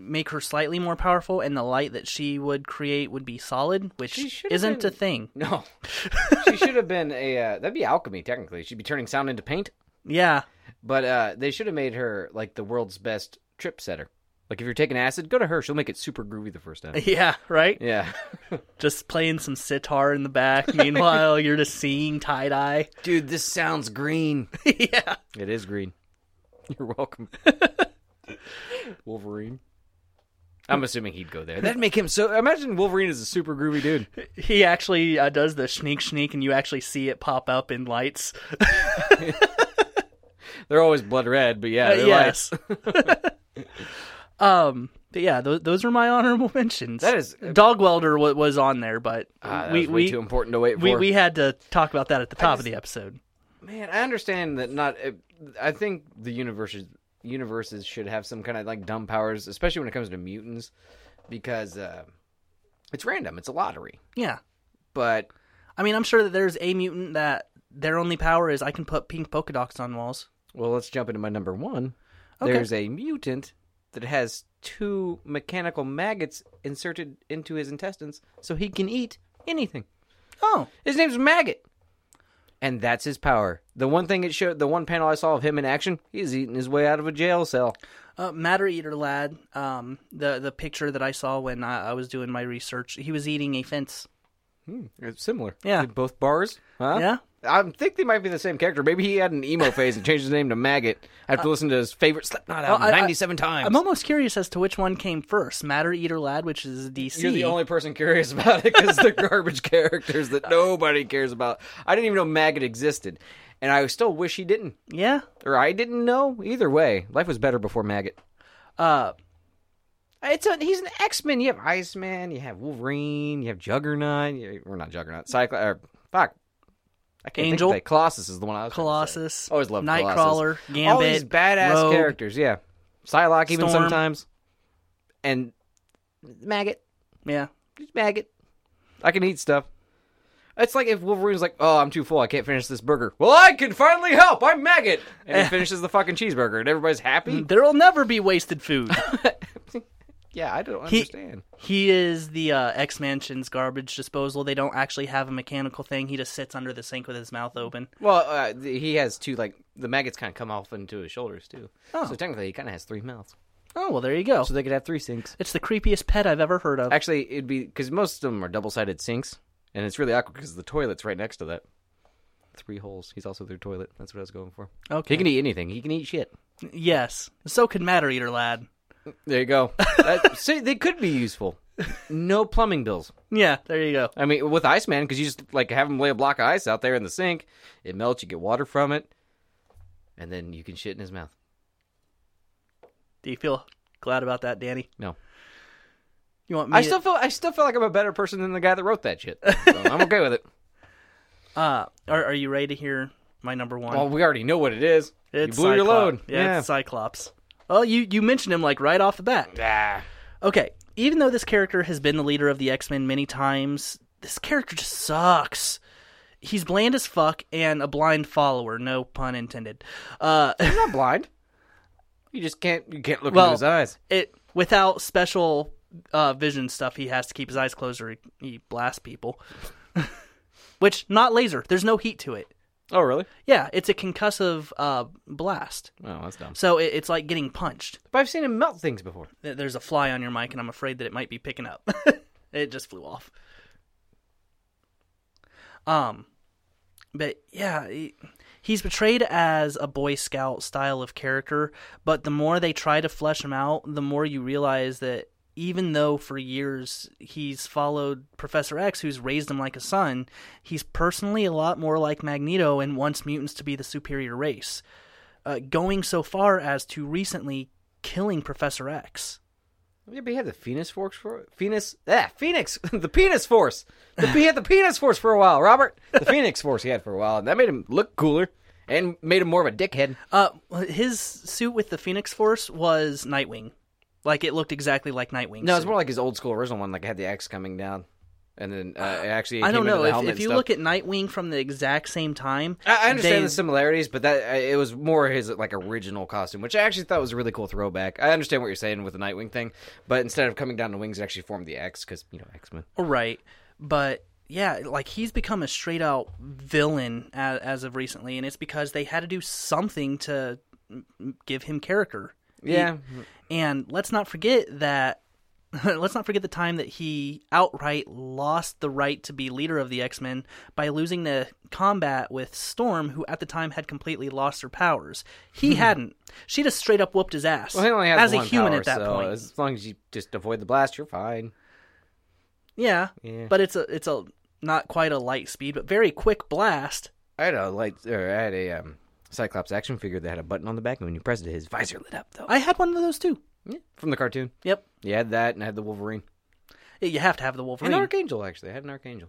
A: make her slightly more powerful, and the light that she would create would be solid,
B: She
A: which
B: should've
A: isn't
B: been-
A: a thing.
B: No, she should have been a. Uh, that'd be alchemy technically. She'd be turning sound into paint.
A: Yeah.
B: But uh, they should have made her like the world's best trip setter. Like if you're taking acid, go to her. She'll make it super groovy the first time.
A: Yeah, right?
B: Yeah,
A: Just playing some sitar in the back. Meanwhile, you're just seeing tie dye.
B: dude, this sounds green.
A: yeah.
B: It is green. You're welcome, Wolverine. I'm assuming he'd go there. That'd make him so. Imagine Wolverine is a super groovy dude.
A: He actually uh, does the sneak sneak, and you actually see it pop up in lights.
B: They're always blood red, but yeah,
A: Uh,
B: they're
A: yes. um. But yeah, those, those are my honorable mentions.
B: That is- uh,
A: dog welder wa was on there, but
B: Ah, that
A: we
B: was way
A: we
B: too important to wait for.
A: we, we had to talk about that at the top of the episode.
B: Man, I understand that not. uh, I think the universes universes should have some kind of like dumb powers, especially when it comes to mutants, because uh, it's random. It's a lottery.
A: Yeah,
B: But
A: I mean, I'm sure that there's a mutant that their only power is I can put pink polka dots on walls.
B: well, let's jump into my number one.
A: Okay.
B: There's a mutant that has two mechanical maggots inserted into his intestines, so he can eat anything.
A: Oh,
B: His name's Maggot. And that's his power. The one thing it showed, the one panel I saw of him in action, he's eating his way out of a jail cell.
A: Uh, Matter Eater lad, um, the the picture that I saw when I, I was doing my research, he was eating a fence.
B: It's similar.
A: Yeah.
B: Did both bars. Huh?
A: Yeah.
B: I think they might be the same character. Maybe he had an emo phase and changed his name to Maggot. I have to listen to his favorite Slipknot album
A: Uh, I- I-
B: 97 times.
A: I'm almost curious as to which one came first, Matter Eater lad, which is DC.
B: You're the only person curious about it because the garbage characters that nobody cares about. I didn't even know Maggot existed. And I still wish he didn't.
A: Yeah.
B: Or I didn't know. Either way, life was better before Maggot.
A: Uh,
B: It's a, he's an X Men. You have Iceman, you have Wolverine, you have Juggernaut. You, we're not Juggernaut. Cyclops. Or, fuck. I can't
A: Angel.
B: Think of that. Colossus is the one I was. trying to say.
A: Colossus.
B: Always loved
A: Nightcrawler,
B: Colossus.
A: Gambit.
B: All these badass
A: Rogue.
B: characters. Yeah, Psylocke even
A: Storm.
B: sometimes, and maggot,
A: Yeah.
B: just maggot. I can eat stuff. It's like if Wolverine's like, "Oh, I'm too full. I can't finish this burger." Well, I can finally help. I'm maggot, and he finishes the fucking cheeseburger, and everybody's happy.
A: There'll never be wasted food.
B: yeah, I don't understand.
A: he is the uh, X Mansion's garbage disposal. They don't actually have a mechanical thing. He just sits under the sink with his mouth open.
B: Well, uh, th- he has two like the maggots kind of come off into his shoulders too. So technically, he kind of has three mouths.
A: Oh well, there you go.
B: So they could have three sinks.
A: It's the creepiest pet I've ever heard of.
B: Actually, it'd be because most of them are double-sided sinks, and it's really awkward because the toilet's right next to that. Three holes. He's also their toilet. That's what I was going for.
A: Okay.
B: He can eat anything. He can eat shit.
A: Yes. So could Matter Eater lad.
B: There you go. That, see, they could be useful. No plumbing bills.
A: Yeah. There you go.
B: I mean, with Iceman, because you just like have him lay a block of ice out there in the sink. It melts. You get water from it, and then you can shit in his mouth.
A: Do you feel glad about that, Danny?
B: No,
A: You want me?
B: I
A: to-
B: still feel I still feel like I'm a better person than the guy that wrote that shit. So I'm okay with it.
A: Uh, are, are you ready to hear my number one?
B: Well, we already know what it is.
A: it's
B: you blew your
A: Cyclop-
B: load.
A: Yeah, It's Cyclops. Well, you you mentioned him like right off the bat.
B: yeah. Ah.
A: Okay, even though this character has been the leader of the X Men many times, this character just sucks. He's bland as fuck and a blind follower. No pun intended. Uh,
B: He's not blind. You just can't you can't look
A: Well-
B: into his eyes.
A: it without special uh, vision stuff, he has to keep his eyes closed or he, he blasts people. Which not laser. There's no heat to it.
B: Oh really?
A: Yeah, it's a concussive uh, blast.
B: Oh, that's dumb.
A: So it, it's like getting punched.
B: But I've seen him melt things before.
A: Th- There's a fly on your mic, and I'm afraid that it might be picking up. it just flew off. Um, but yeah, he- he's portrayed as a Boy Scout style of character. But the more they try to flesh him out, the more you realize that even though for years he's followed Professor X, who's raised him like a son, he's personally a lot more like Magneto and wants mutants to be the superior race uh, going so far as to recently killing Professor X.
B: Yeah, but he had the Phoenix Force for Phoenix. Ah, Phoenix, the Penis Force. The, he had the Penis Force for a while, Robert. The Phoenix Force he had for a while, and that made him look cooler and made him more of a dickhead.
A: Uh, his suit with the Phoenix Force was Nightwing. Like it looked exactly like Nightwing.
B: No, it's more like his old school original one. Like it had the X coming down, and then uh, it actually.
A: I don't
B: came into
A: know
B: the
A: if,
B: helmet
A: if
B: and
A: you
B: stuff.
A: look at Nightwing from the exact same time.
B: I I understand
A: they-
B: the similarities, but that I- it was more his like original costume, which I actually thought was a really cool throwback. I understand what you're saying with the Nightwing thing, but instead of coming down to wings, it actually formed the X because you know X Men.
A: Right, but yeah, like he's become a straight out villain as, as of recently, and it's because they had to do something to mm, give him character.
B: Yeah.
A: And let's not forget that. Let's not forget the time that he outright lost the right to be leader of the X Men by losing the combat with Storm, who at the time had completely lost her powers. He hadn't. She just straight up whooped his ass
B: Well, he only has
A: as
B: one
A: a human
B: power,
A: at that
B: so
A: point.
B: As long as you just avoid the blast, you're fine.
A: Yeah,
B: Yeah.
A: but it's a it's a not quite a light speed, but very quick blast.
B: I had a light, or I had a um, Cyclops action figure that had a button on the back, and when you pressed it, his visor lit up. Though
A: I had one of those too.
B: Yeah, from the cartoon,
A: Yep,
B: you had that, and I had the Wolverine
A: you have to have the
B: and
A: Wolverine.
B: Archangel. Actually, I had an Archangel.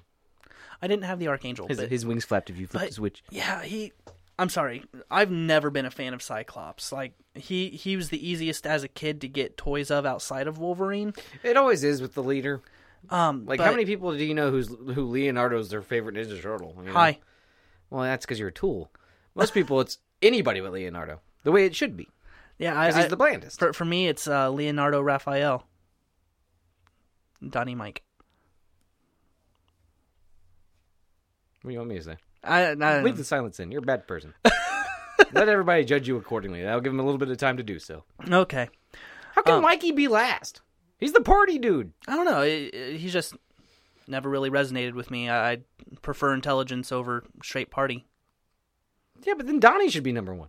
A: I didn't have the Archangel.
B: His,
A: but-
B: his wings flapped if you flipped
A: but-
B: the switch.
A: Yeah, he. I'm sorry. I've never been a fan of Cyclops. Like he he was the easiest as a kid to get toys of outside of Wolverine.
B: It always is with the leader.
A: Um,
B: Like,
A: but-
B: how many people do you know who's who Leonardo's their favorite Ninja Turtle? you know?
A: Hi.
B: Well, that's because you're a tool. Most people, it's anybody but Leonardo. The way it should be,
A: Yeah, I,
B: because
A: I-
B: he's the blandest.
A: for for me it's uh, Leonardo Raphael, Donnie Mike.
B: What do you want me to say?
A: I, I
B: Leave the silence in. You're a bad person. Let everybody judge you accordingly. That'll give them a little bit of time to do so.
A: okay.
B: How
A: Um,
B: can Mikey be last? He's the party dude.
A: I don't know. It, it, he's just never really resonated with me. I, I prefer intelligence over straight party.
B: Yeah, but then Donnie should be number one.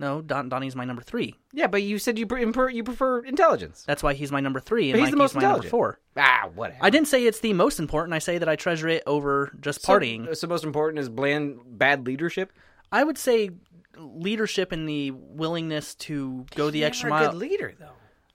A: No, Don, Donnie's my number three.
B: Yeah, but you said you pre- imper- you prefer intelligence.
A: That's why he's my number three, and
B: But he's
A: Mikey's
B: the most
A: my number
B: intelligent.
A: four.
B: Ah, whatever.
A: I didn't say it's the most important. I say that I treasure it over just partying.
B: So, so most important is bland, bad leadership.
A: I would say leadership and the willingness to go the extra
B: Never a
A: mile.
B: good leader though.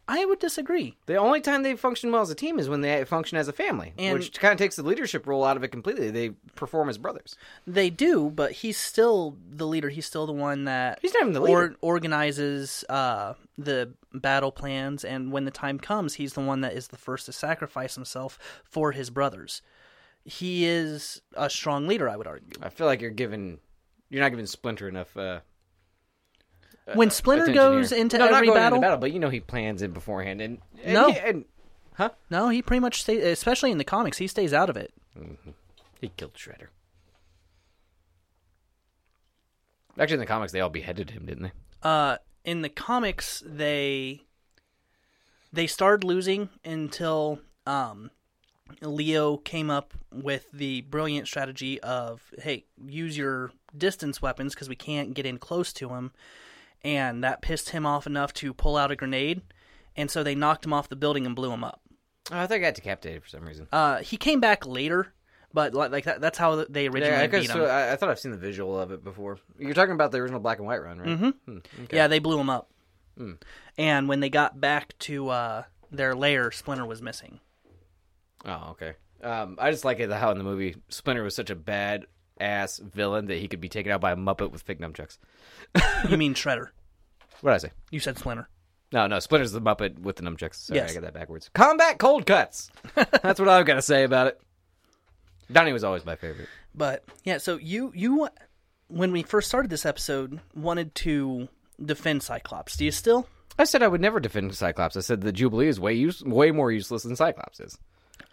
A: I would disagree.
B: The only time they function well as a team is when they function as a family,
A: And-
B: which kind of takes the leadership role out of it completely. They perform as brothers.
A: They do, but he's still the leader. He's still the one that
B: He's not even the
A: or,
B: leader.
A: organizes uh, the battle plans, and when the time comes, he's the one that is the first to sacrifice himself for his brothers. He is a strong leader, I would argue.
B: I feel like you're giving, you're not giving Splinter enough. Uh,
A: when Splinter
B: attention
A: goes
B: here.
A: into
B: no,
A: every
B: not going
A: battle,
B: into battle, but you know he plans it beforehand, and, and
A: No.
B: he, and
A: no, he pretty much stays. Especially in the comics, he stays out of it.
B: he killed Shredder. Actually, in the comics, they all beheaded him, didn't they?
A: uh, in the comics they they started losing until um, Leo came up with the brilliant strategy of hey use your distance weapons because we can't get in close to him and that pissed him off enough to pull out a grenade and so they knocked him off the building and blew him up
B: Oh, I thought I got decapitated for some reason.
A: uh, he came back later but li- like that, that's how they originally
B: yeah, I,
A: beat
B: guess,
A: him
B: so I, I thought I've seen the visual of it before. You're talking about the original black and white run, right? Mm-hmm. okay. Hmm.
A: Yeah, they blew him up. And when they got back to uh, their lair, Splinter was missing.
B: Oh, okay. Um, I just like it how in the movie Splinter was such a bad ass villain that he could be taken out by a Muppet with fake nunchucks.
A: You mean Shredder?
B: What did I say?
A: You said Splinter.
B: No, no, Splinter's the Muppet with the nunchucks. Sorry,
A: Yes.
B: I got that backwards. Combat cold cuts. That's what I've got to say about it. Donnie was always my favorite.
A: But yeah, so you you when we first started this episode wanted to defend Cyclops. Do you still?
B: I said I would never defend Cyclops. I said the Jubilee is way use- way more useless than Cyclops is.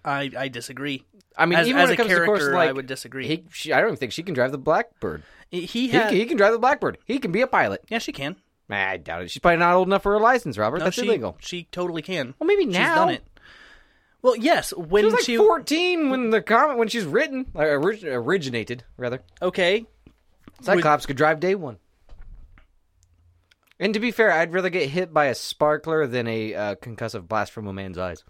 A: I I disagree.
B: I mean,
A: As-
B: even
A: as
B: when
A: a
B: it comes to course,
A: character, I
B: like,
A: would disagree.
B: He, she, I don't think she can drive the Blackbird.
A: He, he
B: He,
A: had
B: can, he can drive the Blackbird. He can be a pilot.
A: yeah, she can.
B: Nah, I doubt it. She's probably not old enough for her license, Robert.
A: No,
B: That's
A: she,
B: illegal.
A: She totally can.
B: Well, maybe
A: she's
B: now.
A: done it. Well, yes, when
B: She was like
A: she
B: 14 when the comic when she's written, like, origi- originated rather.
A: okay,
B: Cyclops could drive day one. And to be fair, I'd rather get hit by a sparkler than a uh, concussive blast from a man's eyes.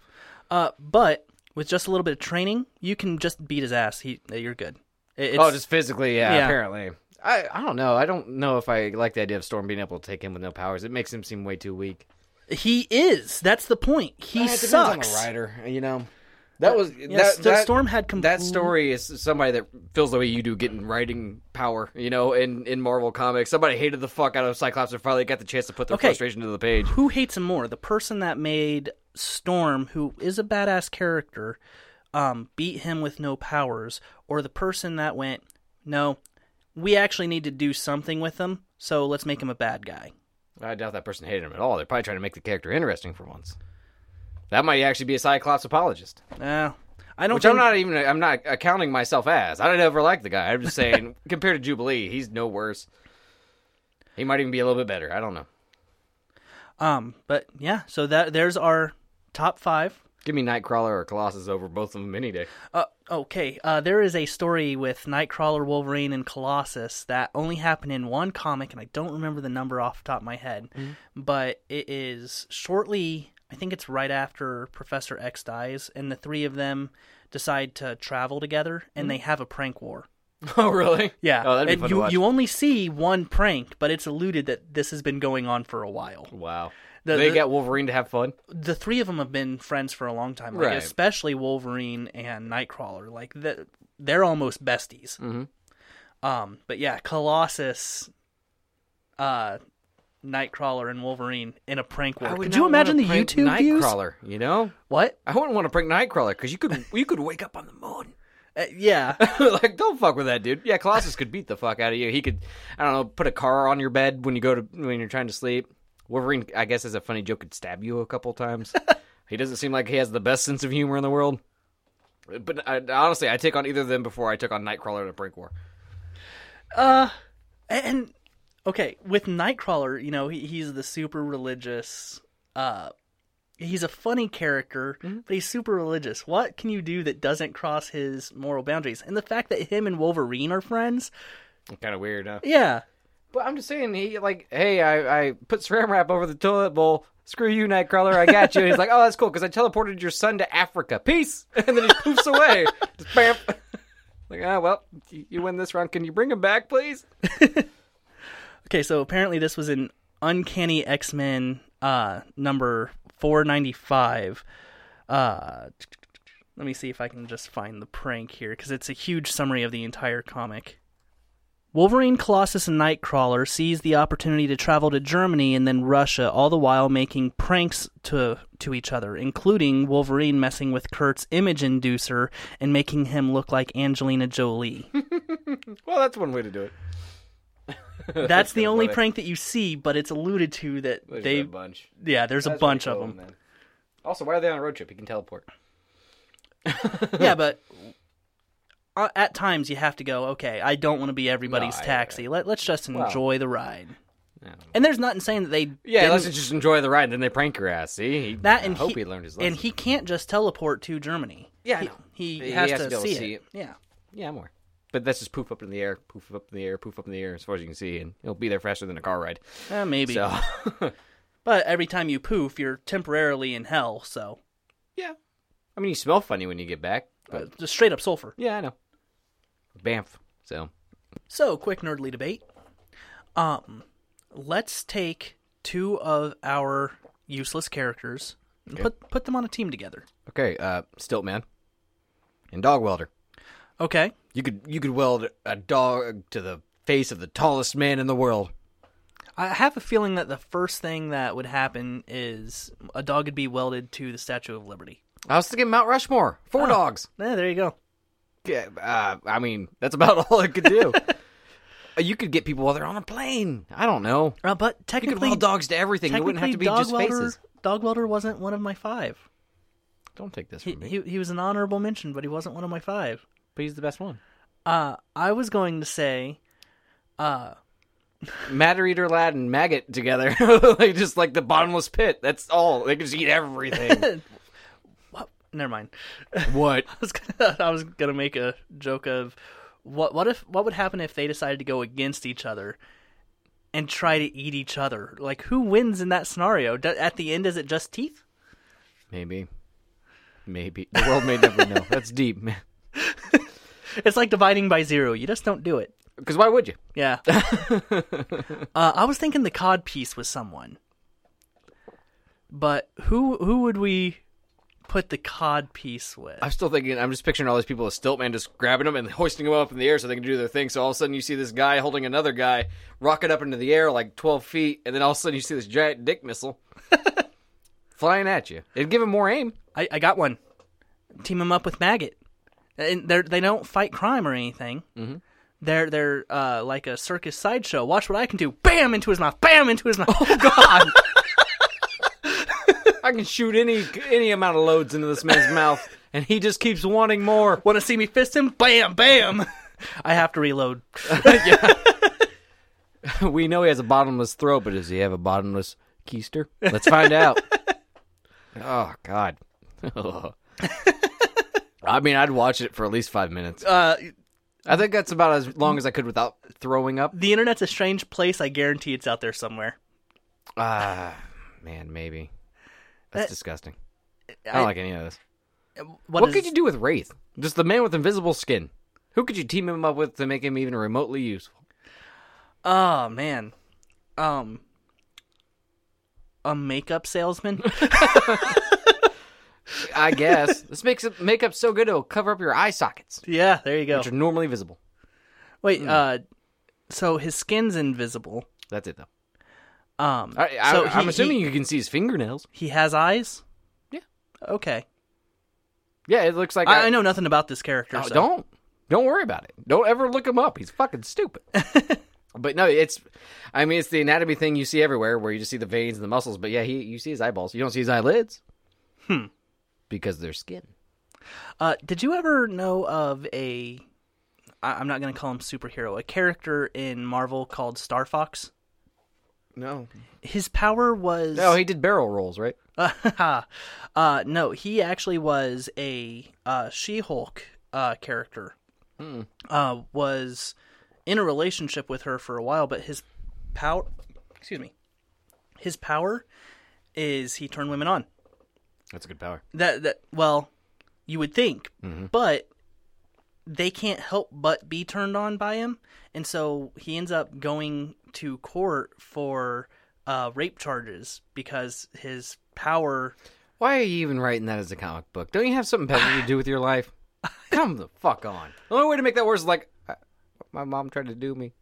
A: uh, but with just a little bit of training, you can just beat his ass. He, you're good. It- It's,
B: oh, just physically, yeah,
A: yeah.
B: apparently. I, I don't know. I don't know if I like the idea of Storm being able to take him with no powers. It makes him seem way too weak.
A: He is. That's the point. He
B: Uh, It depends on the
A: sucks.
B: writer, you know. That was
A: Yes,
B: that,
A: the
B: that-
A: storm had complete.
B: that story is somebody that feels the way you do getting writing power, you know, in, in Marvel Comics. Somebody hated the fuck out of Cyclops and finally got the chance to put their
A: Okay.
B: frustration to the page.
A: Who hates him more? The person that made Storm, who is a badass character, um, beat him with no powers, or the person that went, no, we actually need to do something with him, so let's make him a bad guy.
B: I doubt that person hated him at all. They're probably trying to make the character interesting for once. That might actually be a Cyclops apologist.
A: Uh, I don't
B: Which
A: think
B: I'm not even I'm not accounting myself as. I don't ever like the guy. I'm just saying compared to Jubilee, he's no worse. He might even be a little bit better. I don't know.
A: um but yeah, so that there's our top 5.
B: Give me Nightcrawler or Colossus over both of them any day.
A: Uh, okay, uh, there is a story with Nightcrawler, Wolverine, and Colossus that only happened in one comic, and I don't remember the number off the top of my head,
B: Mm-hmm.
A: but it is shortly, I think it's right after Professor X dies, and the three of them decide to travel together, and they have a prank war.
B: Mm-hmm. Oh really?
A: Yeah,
B: Oh, that'd be
A: and
B: fun
A: you
B: to watch.
A: you only see one prank, but it's alluded that this has been going on for a while.
B: Wow.
A: The-
B: they
A: the-
B: got Wolverine to have fun.
A: the three of them have been friends for a long time, like
B: Right.
A: especially Wolverine and Nightcrawler. Like the, they're almost besties.
B: Mhm.
A: Um, but yeah, Colossus, uh, Nightcrawler, and Wolverine in a prank war. Could you imagine the YouTube views?
B: Nightcrawler? You know,
A: What?
B: I wouldn't want to prank Nightcrawler because you could you could wake up on the moon.
A: Uh, yeah,
B: like, don't fuck with that dude. Yeah, Colossus could beat the fuck out of you. He could, I don't know, put a car on your bed when you go to when you're trying to sleep. Wolverine, I guess, as a funny joke, could stab you a couple times. he doesn't seem like he has the best sense of humor in the world. But I, honestly, I take on either of them before I took on Nightcrawler in a break war.
A: and okay, with Nightcrawler, you know he, he's the super religious. Uh, he's a funny character, but he's super religious. What can you do that doesn't cross his moral boundaries? And the fact that him and Wolverine are friends,
B: Kind of weird, huh?
A: yeah.
B: But I'm just saying, he like, hey, I, I put saran wrap over the toilet bowl. Screw you, Nightcrawler. I got you. And he's like, oh, that's cool because I teleported your son to Africa. Peace. And then he poofs away. Just bam. Like, ah, well, you you win this round. Can you bring him back, please?
A: Okay, so apparently this was in Uncanny X Men uh, number four ninety five. Uh, let me see if I can just find the prank here because it's a huge summary of the entire comic. Wolverine, Colossus, and Nightcrawler seize the opportunity to travel to Germany and then Russia, all the while making pranks to to each other, including Wolverine messing with Kurt's image inducer and making him look like Angelina Jolie.
B: Well, that's one way to do it.
A: That's the
B: kinda
A: only
B: funny.
A: prank that you see, but it's alluded to that
B: There's
A: they
B: a bunch.
A: Yeah, there's a
B: That's
A: bunch
B: pretty
A: of
B: cool,
A: them.
B: man. Also, why are they on a road trip? He can teleport.
A: yeah, but uh, at times you have to go. Okay, I don't want to be everybody's
B: I-
A: taxi. Let, let's just enjoy the ride.
B: I don't know.
A: And there's nothing saying that they
B: Yeah,
A: didn't-
B: let's just enjoy the ride. Then they prank your ass. See, he,
A: that
B: I
A: and
B: hope
A: he,
B: he, learned his lesson.
A: and he can't just teleport to Germany.
B: Yeah, I
A: he,
B: know.
A: he
B: He
A: has,
B: has
A: to,
B: to be able
A: see,
B: to
A: it.
B: see it.
A: Yeah,
B: Yeah, more. But that's just poof up in the air, poof up in the air, poof up in the air, as far as you can see, and it'll be there faster than a car ride.
A: Eh, maybe.
B: So,
A: But every time you poof, you're temporarily in hell. So
B: yeah. I mean, you smell funny when you get back, but
A: uh, just straight up sulfur.
B: yeah, I know. Banff. So,
A: So, quick nerdly debate. Um, let's take two of our useless characters and put put them on a team together.
B: okay, uh, stilt man and dog welder.
A: Okay.
B: You could you could weld a dog to the face of the tallest man in the world.
A: I have a feeling that the first thing that would happen is a dog would be welded to the Statue of Liberty.
B: I was thinking Mount Rushmore, four dogs.
A: Yeah, there you go.
B: Yeah, uh, I mean, that's about all it could do. Uh, you could get people while they're on a plane. I don't know.
A: Uh, but
B: You could
A: technically,
B: weld dogs to everything. It
A: technically
B: wouldn't have to be
A: dog
B: just
A: welder,
B: faces.
A: Dog welder wasn't one of my five.
B: Don't take this
A: He,
B: from me.
A: he he was an honorable mention, but he wasn't one of my five.
B: But he's the best one.
A: Uh, I was going to say,
B: Matter Eater Lad and Maggot together. like just like the bottomless pit. That's all. They can just eat everything.
A: what? Never mind.
B: what?
A: I was gonna, I was gonna make a joke of what what if what would happen if they decided to go against each other and try to eat each other? Like who wins in that scenario? Do, at the end, is it just teeth?
B: Maybe. Maybe. The world may never know. That's deep, man.
A: It's like dividing by zero. You just don't do it.
B: Because why would you?
A: Yeah. uh, I was thinking the cod piece was someone, but who who would we put the cod piece with?
B: I'm still thinking, I'm just picturing all these people as stilt man just grabbing them and hoisting them up in the air so they can do their thing. So all of a sudden you see this guy holding another guy rocket up into the air like 12 feet. And then all of a sudden you see this giant dick missile flying at you. It'd give him more aim.
A: I, I got one. Team them up with Maggot. And they they don't fight crime or anything. Mm-hmm. They're they're uh, like a circus sideshow. Watch what I can do. Bam into his mouth. Bam into his mouth. Oh God!
B: I can shoot any any amount of loads into this man's mouth, and he just keeps wanting more.
A: Want to see me fist him? Bam, bam. I have to reload.
B: We know he has a bottomless throat, but does he have a bottomless keister? Let's find out. oh God. I mean, I'd watch it for at least five minutes.
A: Uh,
B: I think that's about as long as I could without throwing up.
A: the internet's a strange place. I guarantee it's out there somewhere.
B: Ah, man, maybe.
A: Uh,
B: That's disgusting. I don't like any of this.
A: What
B: What
A: is,
B: could you do with Wraith? Just the man with invisible skin. Who could you team him up with to make him even remotely useful?
A: Oh man, um, a makeup salesman.
B: I guess this makes it makeup so good it'll cover up your eye sockets,
A: yeah, there you go.
B: which are normally visible.
A: Wait,
B: Hmm.
A: uh, so his skin's invisible.
B: That's it, though.
A: Um,
B: I, I,
A: so
B: I'm
A: he-
B: assuming
A: he,
B: you can see his fingernails.
A: he has eyes.
B: Yeah.
A: Okay.
B: Yeah, it looks like
A: I, I know nothing about this character.
B: No,
A: so-
B: Don't don't worry about it. Don't ever look him up. He's fucking stupid. but no, it's. I mean, it's the anatomy thing you see everywhere, where you just see the veins and the muscles. But yeah, he you see his eyeballs. You don't see his eyelids. Hmm. Because they're skin.
A: Uh, did you ever know of a? I, I'm not going to call him superhero. A character in Marvel called Star Fox.
B: No.
A: His power was
B: No, he did barrel rolls, right?
A: uh, no, he actually was a uh, She-Hulk uh, character.
B: Hmm.
A: Uh, was in a relationship with her for a while, but his power, excuse me, his power is he turned women on.
B: That's a good power.
A: That that well, you would think,
B: Mm-hmm.
A: but they can't help but be turned on by him, and so he ends up going to court for uh, rape charges because his power
B: Why are you even writing that as a comic book? Don't you have something better to do with your life? Come the fuck on. The only way to make that worse is like, "Uh, my mom tried to do me.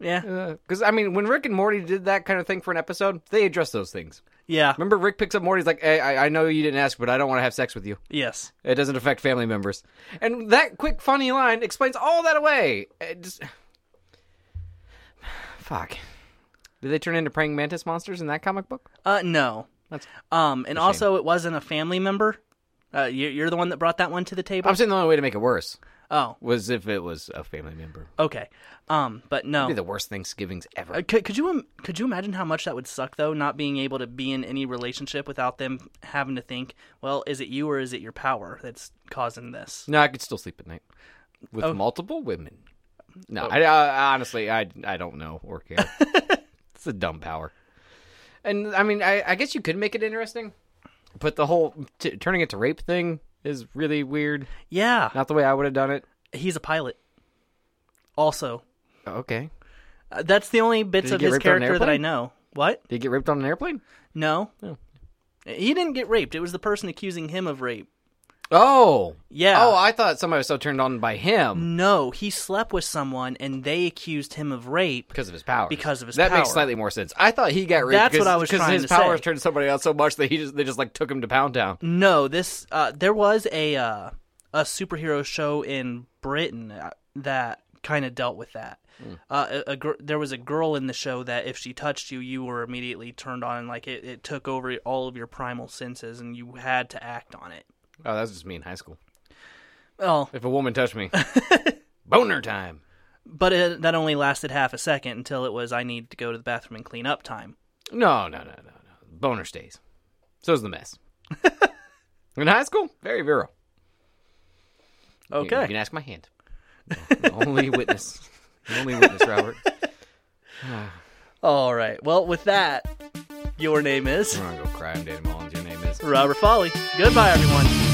A: yeah
B: Because I mean, when Rick and Morty did that kind of thing for an episode, they addressed those things.
A: yeah
B: Remember, Rick picks up Morty's like, hey, I, I know you didn't ask, but I don't want to have sex with you.
A: Yes.
B: It doesn't affect family members. And that quick, funny line explains all that away. It just... Fuck. Did they turn into praying mantis monsters in that comic book?
A: Uh, no.
B: That's...
A: Um, and also it wasn't a family member. Uh, you- you're the one that brought that one to the table.
B: I'm saying the only way to make it worse
A: Oh,
B: was if it was a family member.
A: okay. Um, but
B: That'd
A: no.
B: be the worst Thanksgivings ever.
A: Uh, could, could you im- could you imagine how much that would suck though? Not being able to be in any relationship without them having to think, well, is it you or is it your power that's causing this?
B: No, I could still sleep at night with multiple women. No, I, I- honestly, I I don't know or care. it's a dumb power. And I mean, I, I guess you could make it interesting, but the whole t- turning it to rape thing is really weird.
A: Yeah,
B: Not the way I would have done it.
A: he's a pilot. Also,
B: Okay.
A: uh, that's the only bits
B: he
A: of
B: get
A: his
B: raped on an
A: character that I
B: airplane? Oh.
A: know. What?
B: Did you get raped on an airplane?
A: No. He didn't get raped. It was the person accusing him of rape.
B: Oh.
A: Yeah.
B: Oh, I thought somebody was so turned on by him
A: No, he slept with someone and they accused him of rape.
B: because of his power.
A: Because of his
B: that makes
A: power.
B: slightly more sense. I thought he got raped.
A: That's what
B: 'cause-
A: I was
B: 'cause
A: trying
B: his
A: to
B: powers
A: say.
B: turned somebody on so much that he just they just like took him to Pound Town.
A: No, this uh, there was a uh, a superhero show in Britain uh, that kind of dealt with that.
B: Hmm.
A: Uh, a, a gr- there was a girl in the show that if she touched you, you were immediately turned on, and like it, it took over all of your primal senses, and you had to act on it.
B: Oh, that was just me in high school.
A: Well,
B: If a woman touched me, boner time.
A: but it, that only lasted half a second until it was I need to go to the bathroom and clean up time.
B: No, no, no, no, no. Boner stays. So's the mess. In high school, very virile. You- You,
A: Okay,
B: can ask my hand. The only witness. The only witness, Robert.
A: all right. Well, with that, your name is
B: I'm gonna go cry. I'm Danny Mullins. Your name is.
A: Robert Folly. Goodbye, everyone.